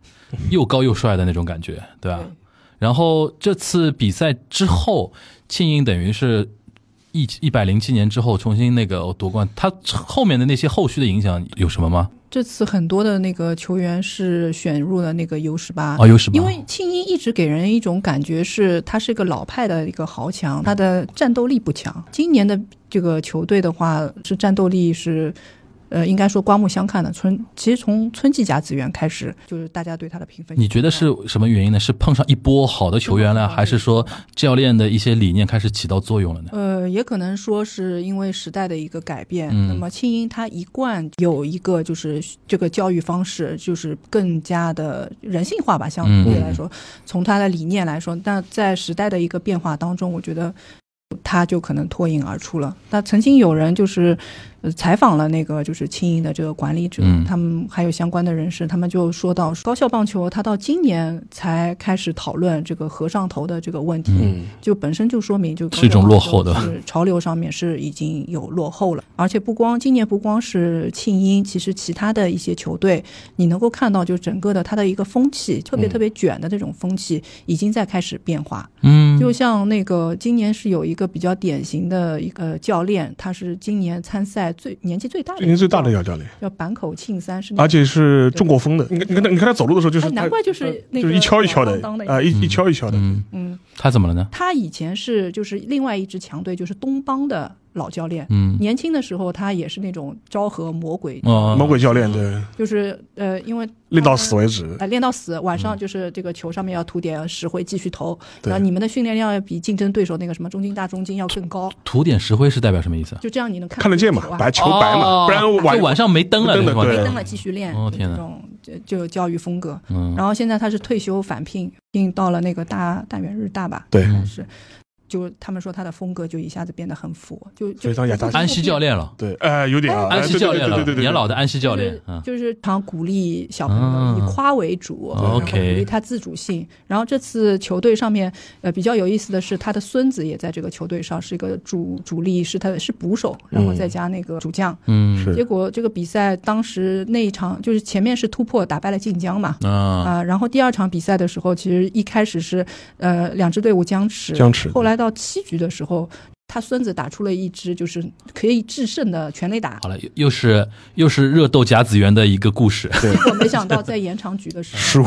又高又帅的那种感觉，对吧、然后这次比赛之后，庆英等于是一一百零七年之后重新那个夺冠，他后面的那些后续的影响有什么吗？这次很多的那个球员是选入了那个 U 十八哦，有什么？啊因为庆英一直给人一种感觉是他是一个老派的一个豪强，他的战斗力不强。今年的这个球队的话，是战斗力是。呃，应该说刮目相看的。春其实从春季甲子园开始，就是大家对他的评分。你觉得是什么原因呢？是碰上一波好的球嗯员了，还是说教练的一些理念开始起到作用了呢？呃，也可能说是因为时代的一个改变。嗯那么庆英他一贯有一个就是这个教育方式，就是更加的人性化吧，相对来嗯说，从他的理念来说，那在时代的一个变化当中，我觉得。他就可能脱颖而出了。那曾经有人就是、呃采访了那个就是庆英的这个管理者，嗯他们还有相关的人士，他们就说到高校棒球，他到今年才开始讨论这个和尚头的这个问题。嗯，就本身就说明就高是一种端落球后的 [laughs] 是潮流上面是已经有落后了，而且不光今年不光是庆英，其实其他的一些球队，你能够看到就整个的它的一个风气，特别特别卷的这种风气已经在开始变化。嗯，就像那个今年是有一个比较典型的一个教练，他是今年参赛最年纪最大的，今年最大的姚教练，叫坂口庆三，是那而个且是中国风的。你看，你看他，你看他走路的时候就是哎他，难怪就是呃那个就是一敲一敲的咣当的啊，一一敲一敲的。嗯，嗯，他怎么了呢？他以前是就是另外一支强队就是东邦的老教练，嗯，年轻的时候，他也是那种昭和魔鬼，哦，魔鬼教练对，就是呃，因为练到死为止。呃，练到死，晚上就是这个球上面要涂点石灰继续投，对然后你们的训练量要比竞争对手那个什么中金大中金要更高，涂点石灰是代表什么意思？就这样你能看看得见嘛球啊，白球白嘛，哦不然晚就晚上没灯了，没灯了是吧对没登了继续练，哦就天哪这种就就教育风格。嗯，然后现在他是退休返聘，聘到了那个大大原日大吧，对嗯是，就他们说他的风格就一下子变得很佛，就就非常亚大安西教。练了，对，呃，有点啊，哎安西对教练了对对对，对，年老的安西教就练是，嗯，就是常鼓励小朋友嗯以夸为主，嗯然后 OK 鼓励他自主性。然后这次球队上面，呃，比较有意思的是，他的孙子也在这个球队上是一个主主力，是他的是捕手，然后再加那个主将。嗯，是结果这个比赛当时那一场就是前面是突破打败了晋江嘛。啊，啊、然后第二场比赛的时候，其实一开始是，呃，两支队伍僵持，僵持后来到七局的时候，他孙子打出了一支就是可以制胜的全 [laughs] 垒打，好了，又又是又是热斗甲子园的一个故事，结果没想到在延长局的时候，失误，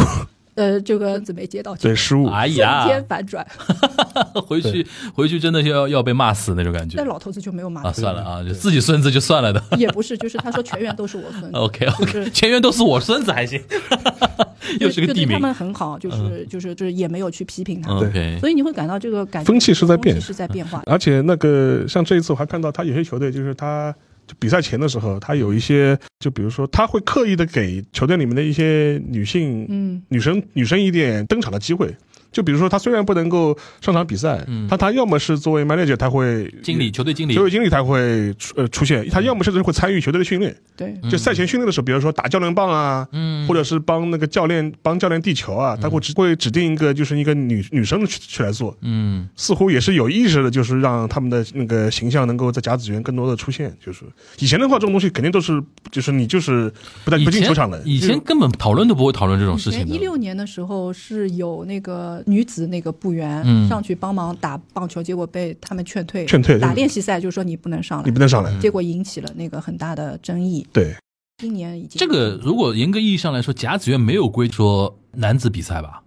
呃，这个子没接到球 [laughs] 对，失误， [laughs] 哎瞬呀，间反转， [laughs] 回去回去真的是要要被骂死那种感觉但老头子就没有骂啊！他，算了啊，就自己孙子就算了的。也不是，就是他说全员都是我孙 [laughs] 子。 OK 就 OK，是前缘都是我孙子还行， [laughs] 又是就个地对他名。们很好，就是就是就是也没有去批评他，嗯 OK，所以你会感到这个感觉风气是在变风气是在变化。 [laughs] 而且那个像这一次我还看到他有些球队就是他。就比赛前的时候，他有一些，就比如说，他会刻意的给球队里面的一些女性、嗯，女生、女生一点登场的机会。就比如说，他虽然不能够上场比赛，嗯但他要么是作为 manager，他会经理，球队经理球，队经理他会出呃出现，他要么甚至会参与球队的训练，对，嗯就赛前训练的时候，比如说打教练棒啊，嗯或者是帮那个教练帮教练递球啊，他会指会指定一个就是一个女女生去去来做，嗯，似乎也是有意识的，就是让他们的那个形象能够在甲子园更多的出现。就是以前的话，这种东西肯定都是就是你就是不在以不进前球场的，以前根本讨论都不会讨论这种事情啊一的。六年的时候是有那个女子那个部员嗯上去帮忙打棒球，结果被他们劝退，劝退打对练习赛就说你不能上你嗯来，不能上来。结果引起了那个很大的争议。对，今年已经这个如果严格意义上来说，甲子园没有规说男子比赛吧？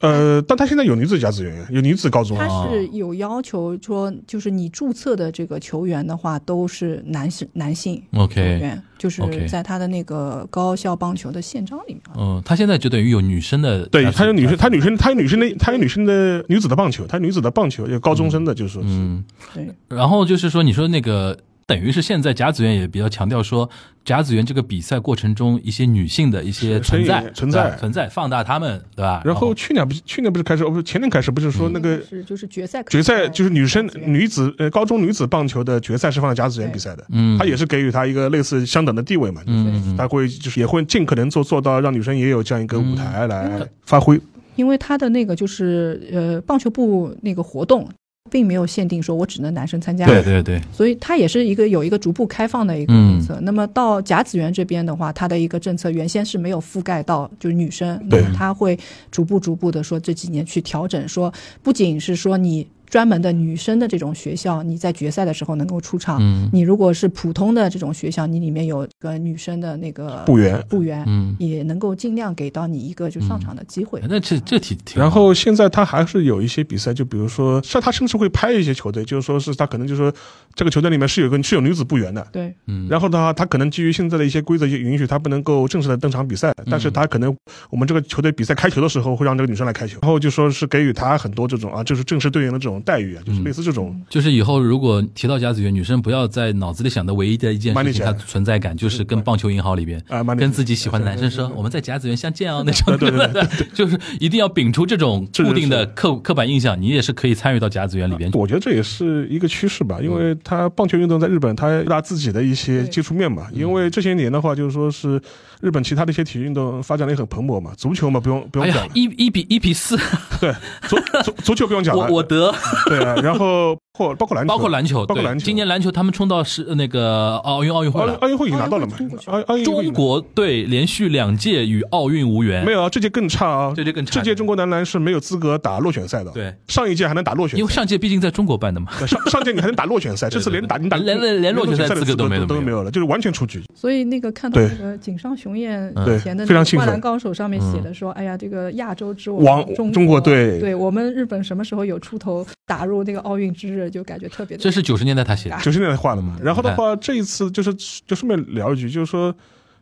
呃，但他现在有女子甲子园，有女子高中啊，他是有要求说，就是你注册的这个球员的话，都是男性男性 OK 球员，就 OK 是在他的那个高校棒球的宪章里面。哦嗯，他现在就等于有女生的，对，他有女生，他女生，他有女生的，他有女生的女子的棒球，他有女子的棒球，有高中生的，就是说是嗯，对，然后就是说，你说那个等于是现在甲子园也比较强调说，甲子园这个比赛过程中一些女性的一些是存在身影存在对吧存在，放大她们，对吧？然后去年不是去年不是开始，哦不是前年开始不是说嗯那个是就是决赛可以决赛哦就是女生在女子呃高中女子棒球的决赛是放在甲子园比赛的，嗯，他也是给予她一个类似相等的地位嘛，嗯，嗯，嗯嗯他会就是也会尽可能做做到让女生也有这样一个舞台来发挥。因为他的那个就是呃棒球部那个活动，并没有限定说我只能男生参加，对对对，所以它也是一个有一个逐步开放的一个嗯政策。那么到甲子园这边的话，它的一个政策原先是没有覆盖到就是女生，那对么它会逐步逐步的说这几年去调整，说不仅是说你。专门的女生的这种学校，你在决赛的时候能够出场。嗯你如果是普通的这种学校，你里面有个女生的那个不远。部员，嗯，哎也能够尽量给到你一个就上场的机会。那这这挺挺好，然后现在他还是有一些比赛，就比如说，像他甚至会拍一些球队，就是说是他可能就是说这个球队里面是有一个是有女子部员的，对，嗯，然后的话，他可能基于现在的一些规则允许，他不能够正式的登场比赛，嗯但是他可能我们这个球队比赛开球的时候会让这个女生来开球，然后就说是给予她很多这种啊，就是正式队员的这种待遇啊，嗯就是类似这种。就是以后如果提到甲子园，女生不要在脑子里想的唯一的一件把事你情，想它存在感就是跟棒球银行里边啊把你跟自己喜欢的男生说，我们在甲子园相见哦， [laughs] 那种对对对 [laughs] 就是一定要摒除这种是是固定的是刻刻板印象，你也是可以参与到甲子园里边。我觉得这也是一个趋势嗯吧，因为他棒球运动在日本，他有他自己的一些接触面嘛。嗯因为这些年的话，就是说是日本其他的一些体育运动发展的也很蓬勃嘛，足球嘛不用不哎用讲呀，一一比一比四， [laughs] 对，足足足球不用讲我了，我得，对啊，然后或包括篮球，包括篮球，包括对篮球今年篮球他们冲到是那个奥运奥运会奥了，奥运会已经拿到了嘛奥运会，奥奥运会已中经国队连续两届与奥运无缘没，有啊，这届更差啊，这届更差这届中国男篮是没有资格打落选赛的，，对，上一届还能打落选因为赛。上届毕竟在中国办的嘛，对上上届你还能打落选赛，这次连打你打连连连落选赛的资格格都没有都没有没有了，就是完全出局。所以那个看到对那个井上雄彦嗯以前的对非常那个《兴奋灌篮高手》上面写的说：“哎呀，这个亚洲之王中中国国队对我们日本什么时候有出头打入那个奥运之日，就感觉特别的这是九十年代他写的，九十年代换了嘛嗯，然后的话，这一次就是就顺便聊一句，就是说，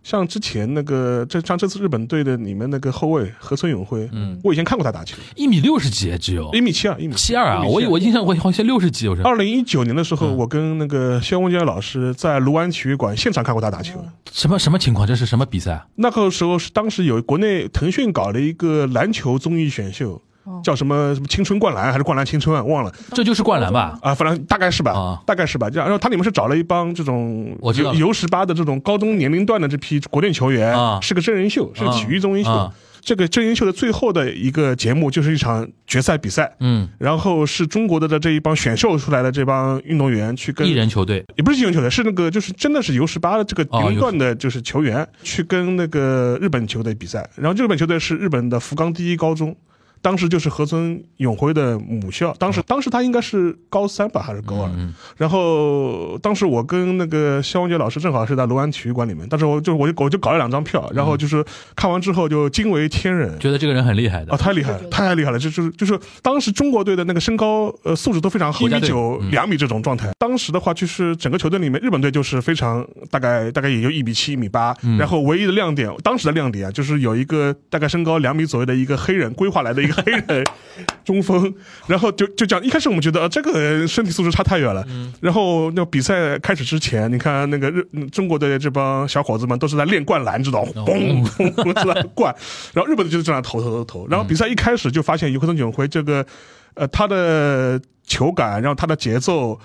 像之前那个这像这次日本队的你们那个后卫河村勇辉，嗯，我以前看过他打球，一米六十几只有一米七二，一米七二啊，我我印象我好像六十几，我是二零一九年的时候，嗯我跟那个肖文娟老师在卢湾体育馆现场看过他打哦球。什么什么情况？这是什么比赛啊？那个时候是当时有国内腾讯搞了一个篮球综艺选秀，叫什么什么青春灌篮还是灌篮青春啊，忘了这就是灌篮吧？啊，反正大概是吧，啊大概是吧。这样然后它里面是找了一帮这种我知道游了游十八的这种高中年龄段的这批国内球员，啊是个真人秀，是个体育综艺秀。啊这个真人秀的最后的一个节目就是一场决赛比赛。嗯，然后是中国的这这一帮选秀出来的这帮运动员去跟一人球队也不是金融球员，是那个就是真的是 U 十八的这个哦年龄段的，就是球员去跟那个日本球队比赛，然后日本球队是日本的福冈第一高中。当时就是河村永辉的母校，当时当时他应该是高三吧，还是高二？然后当时我跟那个肖文杰老师正好是在卢湾体育馆里面，当时我就我就我就搞了两张票，然后就是看完之后就惊为天人，觉得这个人很厉害啊，的，太厉害了，太厉害了！就就是就是当时中国队的那个身高呃素质都非常好，一国家米队九、嗯两米这种状态。当时的话，就是整个球队里面，日本队就是非常大概大概也就一米七、一米八、嗯然后唯一的亮点，当时的亮点啊，就是有一个大概身高两米左右的一个黑人，规划来的一个黑人 [laughs] 中锋，然后就就讲，一开始我们觉得啊，这个人身体素质差太远了。然后那比赛开始之前，你看那个日嗯中国队的这帮小伙子们都是在练灌篮，知道吗？哦嘣嘣嘣 [laughs] 在那灌，然后日本队就是这样投投投投。嗯然后比赛一开始就发现尤克森炯辉这个，呃，他的球感，然后他的节奏。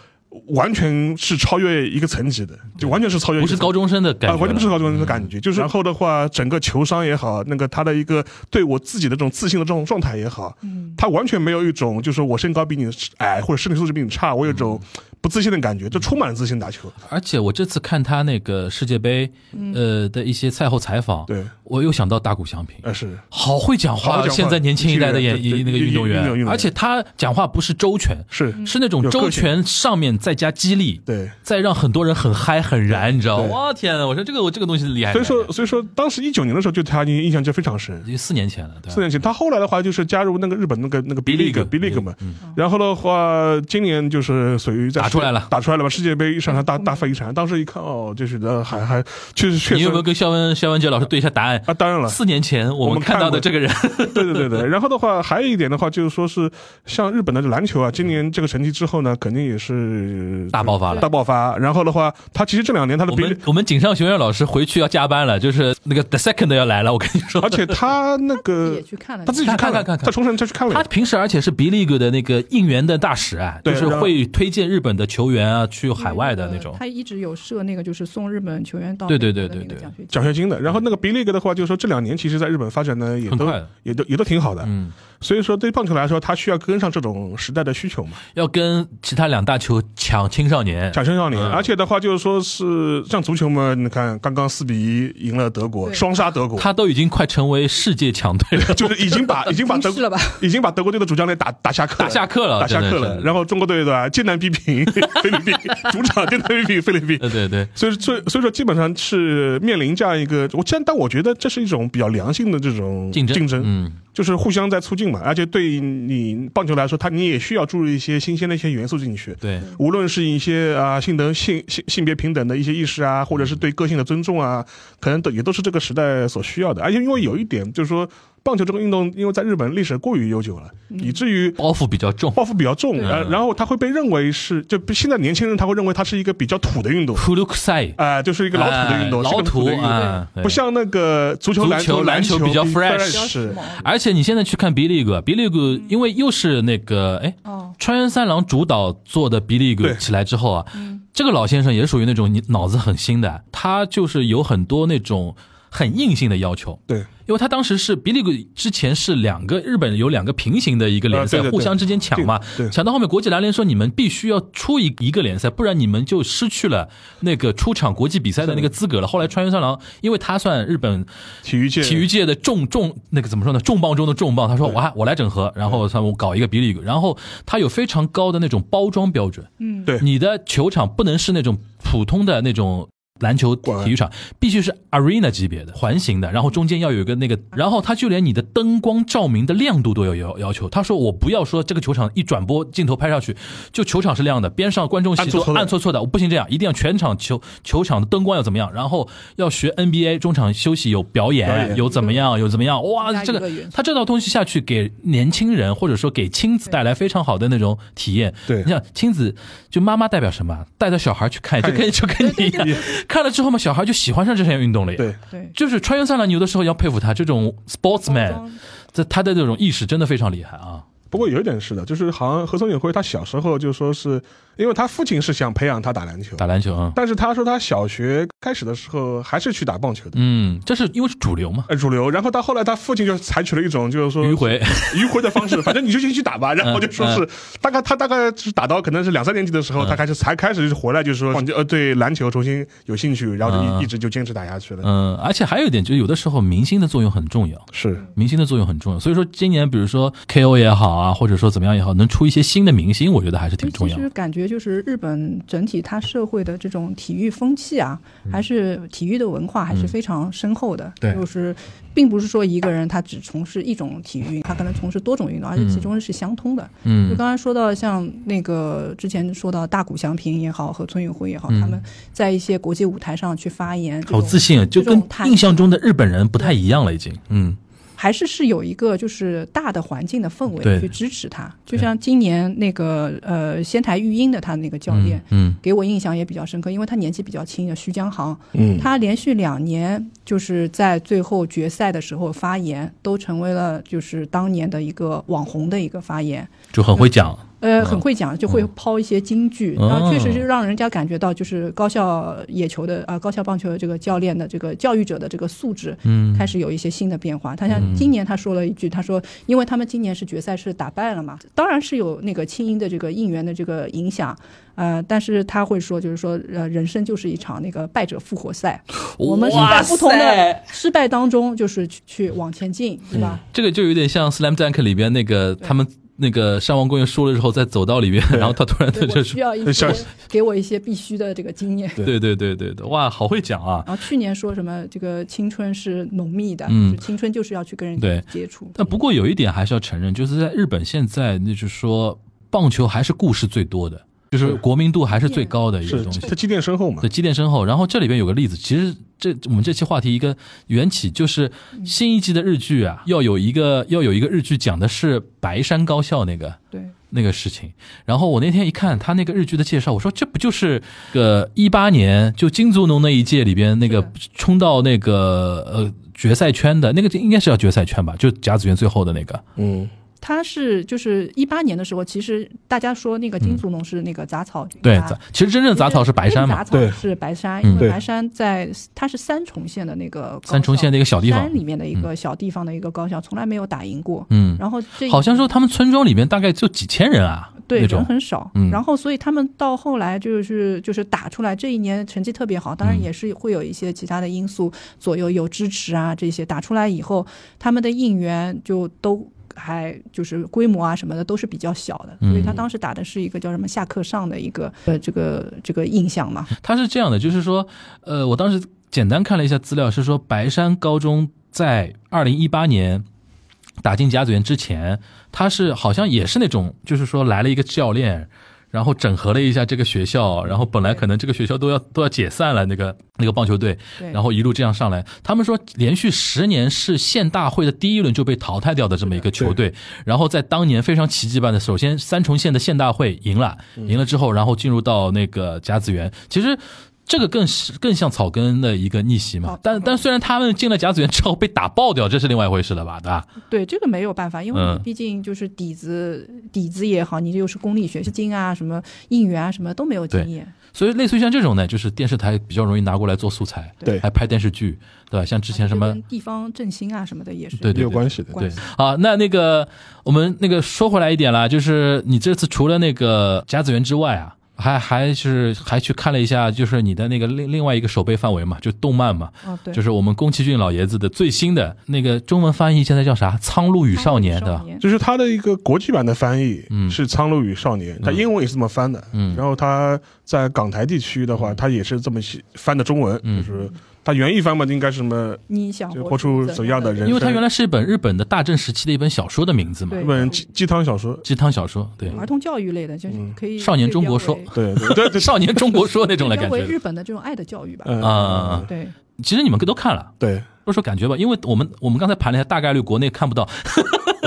完全是超越一个层级的，就完全是超越一不个是层级高中生的感嗯啊，觉，完全不是高中生的感觉，就是然后的话，整个球商也好，那个他的一个对我自己的这种自信的这种状态也好，嗯他完全没有一种就是我身高比你矮或者身体素质比你差，我有一种嗯不自信的感觉，就充满了自信打球。而且我这次看他那个世界杯，呃的一些赛后采访，对，我又想到大谷翔平，呃，是好会讲好会话，讲话现在年轻一代的演是的那个对运动运动员员，而且他讲话不是周全，是，是那种有个周性全上面再加激励，对。再让很多人很嗨很燃，你知道吗？对哇天呐，我说这个我这个东西厉害，所以说，所以说，当时一九年的时候，对他印象就非常深。已经四年前了，对吧四年前，他后来的话就是加入那个日本那个那个 B B-League League B League 嘛，然后的话，今年就是属于在嗯打出来了嗯打出来了吧？世界杯一上场大大发一场，当时一看哦，就是呃还还确实确你实有没有跟肖文肖文杰老师对一下答案？啊，当然了，四年前我我们们看看到的过这个人，对对对对， [laughs] 然后的话，还有一点的话，就是说是像日本的篮球啊，今年这个成绩之后呢，肯定也是是大爆发了大爆发。然后的话，他其实这两年他的我比例们，我们井上学院老师回去要加班了，就是那个 the second 要来了，我跟你 [laughs] 说。而且他那个也去看了，他自己去看了，看看看在冲绳他去看了他。平时而且是 B League 的那个应援的大使啊，就对是会推荐日本的球员啊去海外的那种。他一直有设那个就是送日本球员到对对美对国的对那对个奖学金奖学金的，然后那个 B League 的话，就是说这两年其实在日本发展呢，也很都快的也都也都挺好的。嗯，所以说对棒球来说，它需要跟上这种时代的需求嘛，要跟其他两大球抢青少年，抢青少年。嗯而且的话，就是说是像足球嘛，你看刚刚四比一赢了德国，对双杀德国，他都已经快成为世界强队 [laughs] 了，就是已经把已经把德已经是呃了吧已经把德国队的主教练打打下课了打下课了，打下真的课是了。然后中国队 [laughs] 的艰难逼平菲律宾，主场艰难逼平菲律宾。对对对，所以，所以所以说，基本上是面临这样一个，我但但我觉得这是一种比较良性的这种竞争竞争，嗯，就是互相在促进嘛。而且对你棒球来说，它你也需要注入一些新鲜的一些元素进去，对，无论是一些啊、性能性性性别平等的一些意识啊，或者是对个性的尊重啊，可能都也都是这个时代所需要的。而且因为有一点就是说，棒球这个运动因为在日本历史过于悠久了，以至于。包袱比较重。包袱比较重，对然然后它会被认为是，就现在年轻人他会认为它是一个比较土的运动，库鲁克塞，一啊、就是一个老土的运动，是老个土的运动啊，对不像那个足球、足篮球球、篮球比较 fresh 比较时是髦而且你现在去看 B League，B League 因为又是那个哎，哦，川原三郎主导做的 B League 对起来之后啊，这个老先生也属于那种你脑子很新的，他就是有很多那种很硬性的要求。对，因为他当时是 B League 之前是两个日本有两个平行的一个联赛，啊对对对互相之间抢嘛对，对抢到后面国际篮联说你们必须要出一一个联赛，不然你们就失去了那个出场国际比赛的那个资格了。后来川原三郎，因为他算日本体育界，体育界的重重那个怎么说呢？重磅中的重磅，他说我还我来整合，然后他们搞一个 B League，然后他有非常高的那种包装标准，嗯，对你的球场不能是那种普通的那种。篮球体育场必须是 arena 级别的环形的，然后中间要有一个那个，嗯然后他就连你的灯光照明的亮度都有要要求。他说我不要说这个球场一转播镜头拍上去，就球场是亮的，边上观众席暗都搓搓的暗搓搓的，我不行这样，一定要全场球球场的灯光要怎么样，然后要学 NBA 中场休息有表演，表演有怎么样，有怎么样，哇，加一这个元素他这套东西下去给年轻人或者说给亲子带来非常好的那种体验。对你想亲子就妈妈代表什么？带着小孩去看，就看跟就跟你一样，看了之后嘛，小孩就喜欢上这项运动了呀。对，对，就是穿越三郎，你有的时候要佩服他这种 sportsman，装这他的这种意识真的非常厉害啊。不过有一点是的，就是好像何松永辉他小时候就说是因为他父亲是想培养他打篮球，打篮球啊，但是他说他小学开始的时候还是去打棒球的。嗯，这是因为是主流嘛，呃，主流。然后到后来，他父亲就采取了一种就是说迂 [laughs] 回嗯迂回的方 [laughs] 式，反正你就去去打吧。然后就说是大概他大概是打到可能是两三年级的嗯时候，他开始才开始就是回来就是说呃对篮球重新有兴趣，然后就嗯一一直就坚持打下去了。嗯，而且还有一点，就是有的时候明星的作用很重要。是，明星的作用很重要，所以说今年比如说 KO 也好啊，或者说怎么样也好，能出一些新的明星，我觉得还是挺重要其的实。感觉就是日本整体它社会的这种体育风气啊，还是体育的文化还是非常深厚的。嗯对就是并不是说一个人他只从事一种体育，他可能从事多种运动，而且其中是相通的。就嗯，刚才说到像那个之前说到大谷翔平也好和村永辉也好，他们在一些国际舞台上去发言，这嗯好种自信，啊，就这种跟态印象中的日本人不太一样了，已经。嗯，还是是有一个就是大的环境的氛对围去支持他。就像今年那个呃仙台育英的他那个教练，嗯，给我印象也比较深刻，因为他年纪比较轻的徐江航，嗯他连续两年就是在最后决赛的时候发言，都成为了就是当年的一个网红的一个发言。就很会讲。呃，很会讲，就会抛一些金句，嗯然后确实哦是让人家感觉到，就是高校野球的啊、呃高校棒球的这个教练的这个教育者的这个素质，嗯开始有一些新的变化。他像今年他说了一句，他说，因为他们今年是决赛是打败了嘛，当然是有那个庆英的这个应援的这个影响，呃，但是他会说，就是说，呃，人生就是一场那个败者复活赛，我们 [laughs] 是哇在不同的塞失败当中，就是去去往前进，对 [laughs] 吧？这个就有点像《Slam Dunk》里边那个他们那个上王公园输了之后，在走道里边，然后他突然所就以我就需说，要一些像给我一些必须的这个经验。对对对对对，哇，好会讲啊。然后去年说什么这个青春是浓密的，嗯就是青春就是要去跟人对接触。但不过有一点还是要承认，就是在日本现在，那就是说棒球还是故事最多的，就是国民度还是最高的一个是东西。它积淀深厚嘛对，。积淀深厚。然后这里边有个例子，其实这我们这期话题一个缘起就是新一季的日剧啊，要有一个要有一个日剧讲的是白山高校那个对，那个事情。然后我那天一看他那个日剧的介绍，我说这不就是个一八年就金足农那一届里边那个冲到那个呃决赛圈的那个应该是叫决赛圈吧，就甲子园最后的那个。嗯，他是就是一八年的时候，其实大家说那个金足农是那个杂草，嗯对杂，其实真正杂草是白山嘛杂，草对是白山，嗯因为对白山在它是三重县的那个高三重县校那个小地方山。里面的一个小地方的一个高校，从来没有打赢过。嗯，然后这好像说他们村庄里面大概就几千人啊，对那人种。很少嗯，然后所以他们到后来就是就是打出来这一年成绩特别好，当然嗯也是会有一些其他的因素左右，有支持啊这些打出来以后，他们的应援就都。还就是规模啊什么的都是比较小的，嗯所以他当时打的是一个叫什么下课上的一个呃这个这个印象嘛，他是这样的，就是说，呃，我当时简单看了一下资料，是说白山高中在二零一八年打进甲子园之前，他是好像也是那种，就是说来了一个教练。然后整合了一下这个学校，然后本来可能这个学校都要都要解散了，那个那个棒球队，对，然后一路这样上来，他们说连续十年是县大会的第一轮就被淘汰掉的这么一个球队，然后在当年非常奇迹般的，首先三重县的县大会赢了，赢了之后，然后进入到那个甲子园，其实。这个更是更像草根的一个逆袭嘛哦，但但虽然他们进了甲子园之后被打爆掉，这是另外一回事了吧，对吧？对，这个没有办法，因为嗯你毕竟就是底子、底子也好，你又是公立学金啊、什么应援啊、什么都没有经验。所以类似于像这种呢，就是电视台比较容易拿过来做素材，对还拍电视剧，对吧？像之前什就么跟地方振兴啊什么的也是对对也有关系的。关系好，那那个我们那个说回来一点啦，就是你这次除了那个甲子园之外啊，还还是还去看了一下，就是你的那个另另外一个手背范围嘛，就动漫嘛，哦，对，就是我们宫崎骏老爷子的最新的那个中文翻译现在叫啥，《苍鹭与少年》的，就是它的一个国际版的翻译嗯是《苍鹭与少年》，它英文也是这么翻的。嗯然后它在港台地区的话，它也是这么写翻的中文，嗯就是它原译翻嘛，应该是什么你想就活出怎样的人因为它原来是一本日本的大正时期的一本小说的名字嘛对，日本鸡鸡汤小说。鸡汤小说，对，儿童教育类的，就是嗯可以少年中国说对对对对对，少年中国说那 [laughs] 种的感为觉日本的这种爱的教育吧。嗯 [laughs] 啊啊啊啊！对，其实你们都看了。对，说说感觉吧，因为我们我们刚才盘了一下，大概率国内看不到，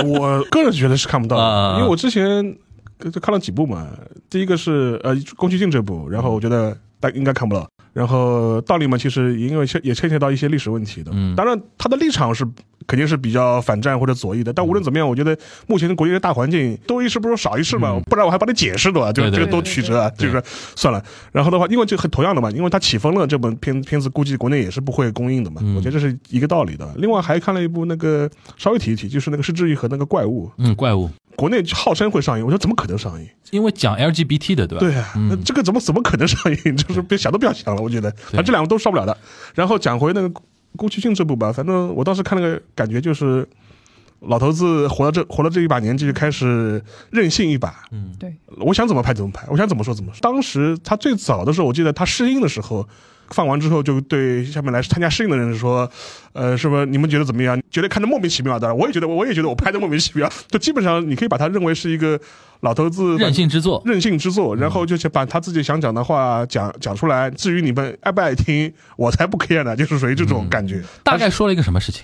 我个人觉得是看不到啊的，因为我之前呃就看了几部嘛。第一个是呃宫崎骏这部，然后我觉得大应该看不到。然后道理嘛，其实因为牵也牵扯到一些历史问题的。嗯当然他的立场是肯定是比较反战或者左翼的，但无论怎么样，我觉得目前的国际的大环境多一事不如少一事嘛，不然我还帮你解释的吧，就是嗯对这对个对多对曲对折啊，就是对说算了。然后的话，因为这很同样的嘛，因为他起风了，这本片片子估计国内也是不会供应的嘛，嗯我觉得这是一个道理的。另外还看了一部那个稍微提一提，就是那个《失之愈合》那个怪物，嗯，怪物，国内号称会上映，我说怎么可能上映？因为讲 LGBT 的，对吧？对啊，那这个怎么怎么可能上映？ [laughs] 就是别想都不要想了，我觉得，嗯对啊，这两个都上不了的。然后讲回那个宫崎骏这部吧，反正我当时看那个感觉就是，老头子活了这活了这一把年纪就开始任性一把，嗯，对，我想怎么拍怎么拍，我想怎么说怎么说。当时他最早的时候，我记得他试映的时候。放完之后，就对下面来参加试映的人说：“呃，是不是你们觉得怎么样？觉得看的莫名其妙的，我也觉得，我也觉得我拍的莫名其妙。就基本上，你可以把它认为是一个老头子反任性之作，任性之作，嗯然后就是把他自己想讲的话讲讲出来。至于你们爱不爱听，我才不 care 呢，就是属于这种感觉。嗯大概说了一个什么事情？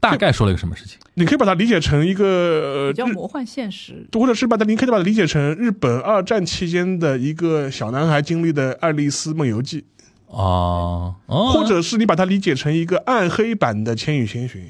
大概说了一个什么事情？你可以把它理解成一个比较呃魔幻现实。日，或者是把它，你可以把它理解成日本二战期间的一个小男孩经历的《爱丽丝梦游记哦，》，哦或者是你把它理解成一个暗黑版的《千与千寻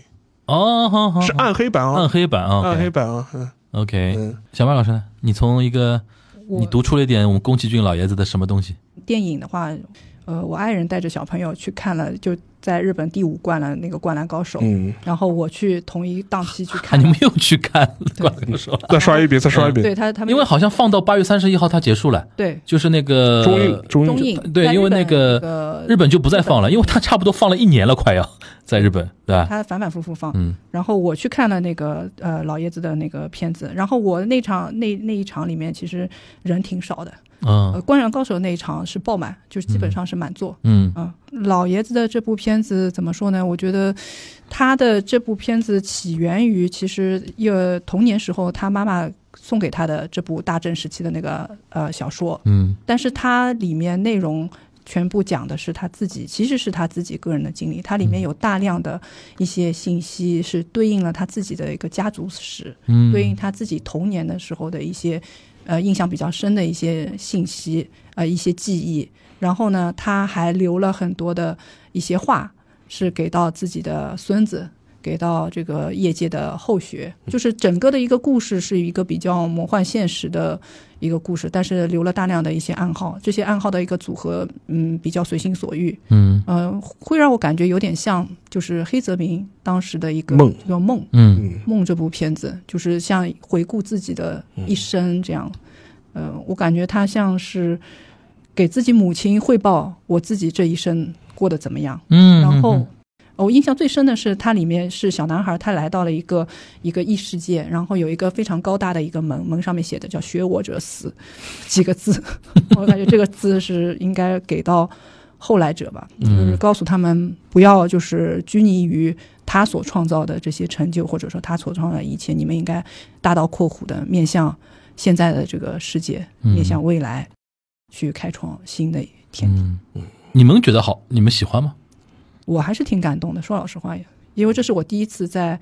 哦，好好》，是暗黑版暗哦，黑版啊，暗黑版啊，嗯 OK。嗯，小马老师呢？你从一个我你读出了一点我们宫崎骏老爷子的什么东西？电影的话，呃，我爱人带着小朋友去看了，就在日本第五灌篮那个《灌篮高手》，嗯，然后我去同一档期去啊，看你了。们又去 [laughs] 看灌篮高手了？再刷一遍，再刷一遍，对他，他们因为好像放到八月三十一号它结束了，对就是那个中印中中印影对在因为日本那个个日本就不再放了，因为它差不多放了一年了，快要在日本，对吧？他反反复复放。嗯然后我去看了那个呃老爷子的那个片子，然后我那场那那一场里面其实人挺少的，呃，嗯《灌篮高手》那一场是爆满，就是基本上是满座。嗯嗯，老爷子的这部片子怎么说呢？我觉得他的这部片子起源于其实也童年时候他妈妈送给他的这部大正时期的那个呃小说，嗯但是它里面内容全部讲的是他自己，其实是他自己个人的经历，它里面有大量的一些信息是对应了他自己的一个家族史，嗯对应他自己童年的时候的一些呃印象比较深的一些信息，呃一些记忆。然后呢，他还留了很多的一些话，是给到自己的孙子，给到这个业界的后学。就是整个的一个故事是一个比较魔幻现实的一个故事，但是留了大量的一些暗号，这些暗号的一个组合，嗯，比较随心所欲。嗯呃，会让我感觉有点像就是黑泽明当时的一个梦一个梦，嗯嗯，梦这部片子，就是像回顾自己的一生这样。嗯、我感觉他像是给自己母亲汇报我自己这一生过得怎么样。嗯，然后、呃我印象最深的是，它里面是小男孩，他来到了一个一个异世界，然后有一个非常高大的一个门，门上面写的叫“学我者死”几个字。 [laughs] 我感觉这个字是应该给到后来者吧，嗯就是告诉他们不要就是拘泥于。他所创造的这些成就，或者说他所创造的一切，你们应该大刀阔斧的面向现在的这个世界，嗯面向未来，去开创新的天地。嗯，你们觉得好，你们喜欢吗？我还是挺感动的。说老实话，也因为这是我第一次在，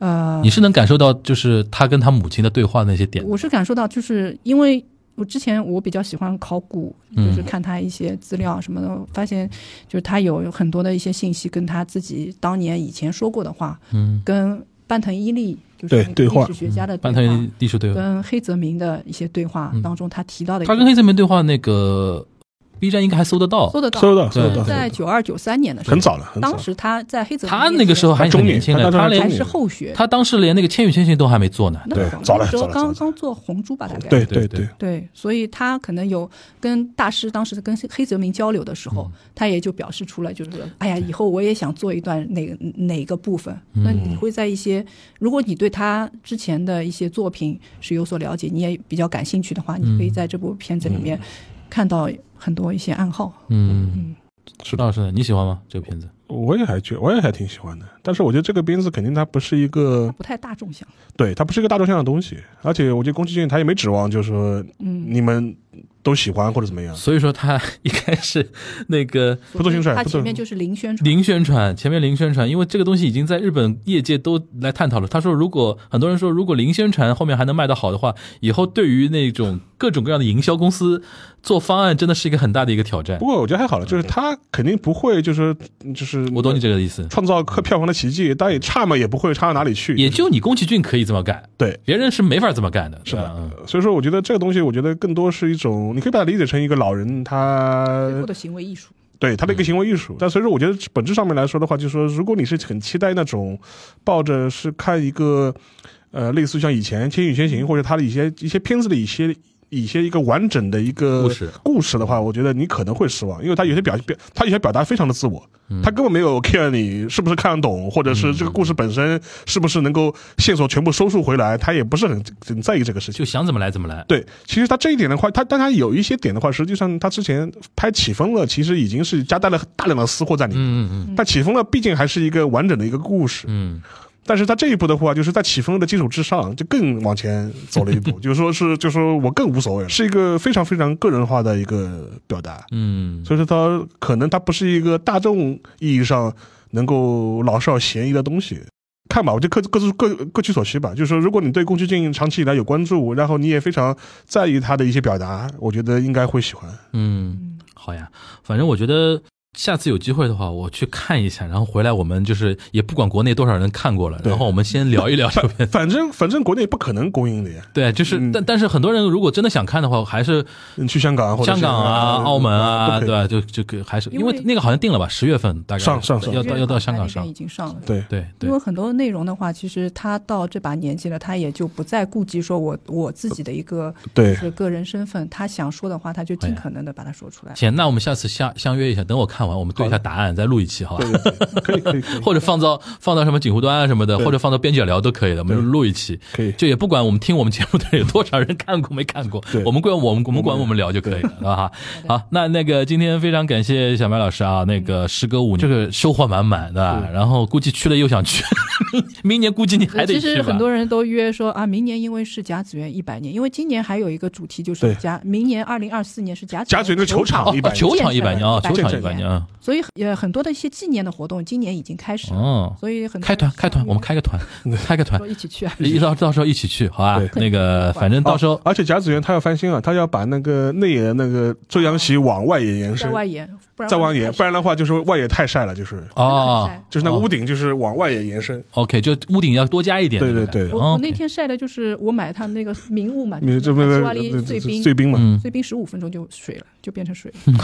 呃你，是能感受到就是他跟他母亲的对话那些点，我是感受到，就是因为我之前我比较喜欢考古，嗯就是看他一些资料什么的，我发现就是他有很多的一些信息跟他自己当年以前说过的话，嗯，跟半藤伊力就是对那个对话历史学家的对半话藤艺术对话，跟黑泽明的一些对话嗯当中，他提到的一他个跟黑泽明对话那个 B 站应该还搜得到，搜得到，收到收对到，在九二九三年的时候很，早了，很早当了。时他在黑泽明他那个时候还他很中年年轻的，他当时他还连还是后学，他当时连那个《千与千寻》都还没做呢，那对会儿早了那时候早了刚早刚做红猪吧，大概对对对对对，对，所以他可能有跟大师当时跟黑泽明交流的时候，嗯他也就表示出来，就是哎呀，以后我也想做一段哪哪个部分。嗯那你会在一些，如果你对他之前的一些作品是有所了解，你也比较感兴趣的话，你嗯可以在这部片子里面看到很多一些暗号。嗯，是的，赵老师呢，你喜欢吗？这个片子？我也还觉，我也还挺喜欢的。但是我觉得这个片子肯定它不是一个他，不太大众向，对，它不是一个大众向的东西。而且我觉得宫崎骏他也没指望，就是说嗯，你们都喜欢或者怎么样，所以说他一开始那个不做宣传他不做前面就是零宣传，零宣传，前面零宣传，因为这个东西已经在日本业界都来探讨了。他说，如果很多人说，如果零宣传后面还能卖得好的话，以后对于那种各种各样的营销公司做方案，真的是一个很大的一个挑战不。过我觉得还好了，就是他肯定不会，就是就是我懂你这个意思，创造客票房的奇迹，但也差嘛也不会差到哪里去。也就你宫崎骏可以这么干，对，别人是没法这么干的。是啊对吧的，所以说我觉得这个东西，我觉得更多是一种，你可以把它理解成一个老人他最后的行为艺术。对他的一个行为艺术。但所以说，我觉得本质上面来说的话，就是说，如果你是很期待那种抱着是看一个呃，类似像以前《千与千寻》或者他的一些一些片子的一些。一些一个完整的一个故事故事的话，我觉得你可能会失望，因为他有些表表，他有些表达非常的自我，他根本没有 care 你是不是看得懂，或者是这个故事本身是不是能够线索全部收束回来，他也不是很很在意这个事情。就想怎么来怎么来。对，其实他这一点的话，他但他有一些点的话，实际上他之前拍起风了，其实已经是夹带了大量的私货在里面。嗯嗯但起风了毕竟还是一个完整的一个故事，嗯但是他这一步的话，就是在起风的基础之上，就更往前走了一 [laughs] 步，就是说是就说我更无所谓了，是一个非常非常个人化的一个表达。嗯嗯，所以说他可能他不是一个大众意义上能够老少咸宜的东西。看吧，我就各各自各各取所需吧。就是说，如果你对宫崎骏长期以来有关注，然后你也非常在意他的一些表达，我觉得应该会喜欢。嗯，好呀，反正我觉得下次有机会的话，我去看一下，然后回来我们就是也不管国内多少人看过了，对然后我们先聊一聊这边。反正反正国内不可能供应的呀，对，就是，嗯但但是很多人如果真的想看的话，还是你去香港或者香是港啊、澳门 [laughs] 都啊，可以对吧？就就可还是因因为为那个好像定了吧，十月份大概上上上要到要到香港他那边上已，经上了。对对对因为，很多内容的话，其实他到这把年纪了，他也就不再顾及说我我自己的一个呃对是个人身份，他想说的话，他就尽可能的把它说出来。哎行，那我们下次相相约一下，等我看完，我们对一下答案，再录一期好吧？对对对，可以可以 [laughs] 可以， [laughs] 或者放到放到什么锦湖端啊什么的，对或者放到边角聊都可以的，我们对录一期，可以就也不管我们听我们节目的人有多少人看过没看过对，我们管我们我们管我们聊就可以了，好吧？好，那那个今天非常感谢小麦老师啊，那个时隔五嗯年，这个收获满满，对吧？然后估计去了又想去， [laughs] 明年估计你还得其去吧。实很多人都约说啊，明年因为是甲子园一百年，因为今年还有一个主题就对是甲，明年二零二四年是甲甲子园的球场哦一百年球场一百年啊，建球设场的一百年啊，所以呃很多的一些纪念的活动今年已经开始了，哦，所以很多开团人开团，我们开个 [laughs] 团，开个团说，一起去啊，一到到时候一起去，好吧？对那个反正到时候而且甲子园他要翻新啊，他要把那个内野的那个遮阳席往外野延嗯在伸，外延，不然再往野，太不然的话就是外野太晒了，就是哦晒就是那个屋顶就是往外野延伸。 ，OK，就屋顶要多加一点，对对哦对不对，我我 OK 哦那天晒的就是我买他们那个名物嘛，你这不就是是瓦里碎冰，碎冰嘛，嗯，碎冰十五分钟就水了，就变成水了，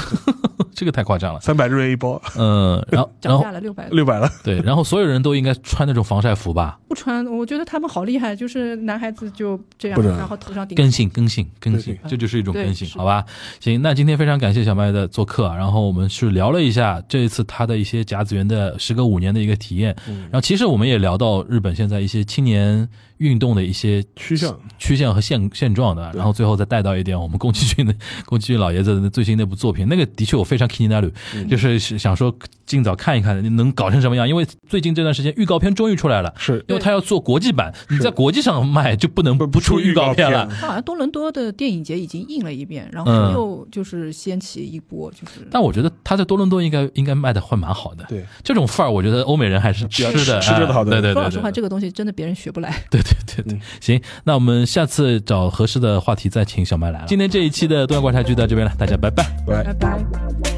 这个太夸张 [laughs] 了。三百日元一包，嗯，然后然涨后价了六百。六百了。对，然后所有人都应该穿那种防晒服吧？不穿，我觉得他们好厉害，就是男孩子就这不样，是然后头上顶更新更新更对新对，这就是一种更新对，是好吧？行，那今天非常感谢小麦的做客啊，然后我们是聊了一下这一次他的一些甲子园的时隔五年的一个体验，嗯然后其实我们也聊到日本现在一些青年运动的一些趋向曲线和现现状的，然后最后再带到一点我们宫崎骏的宫崎骏老爷子的最新那部作品，那个的确我非常 k i n i n 嗯 a 就是想说尽早看一看能搞成什么样，因为最近这段时间预告片终于出来了。是因为他要做国际版，你在国际上卖就不能不不出出预预告告片片了。他好像多伦多的电影节已经印了一遍，然嗯后又就是掀起一波，就是但我觉得他在多伦多应该应该卖的会蛮好的。对，这种范儿，我觉得欧美人还是吃的，吃吃着的好的嗯哎对对对说老实话，对，这个东西真的别人学不来。对对对对。行，那我们下次找合适的话题再请小麦来了。今天这一期的东亚观察局到这边了，大家拜拜。来拜。拜。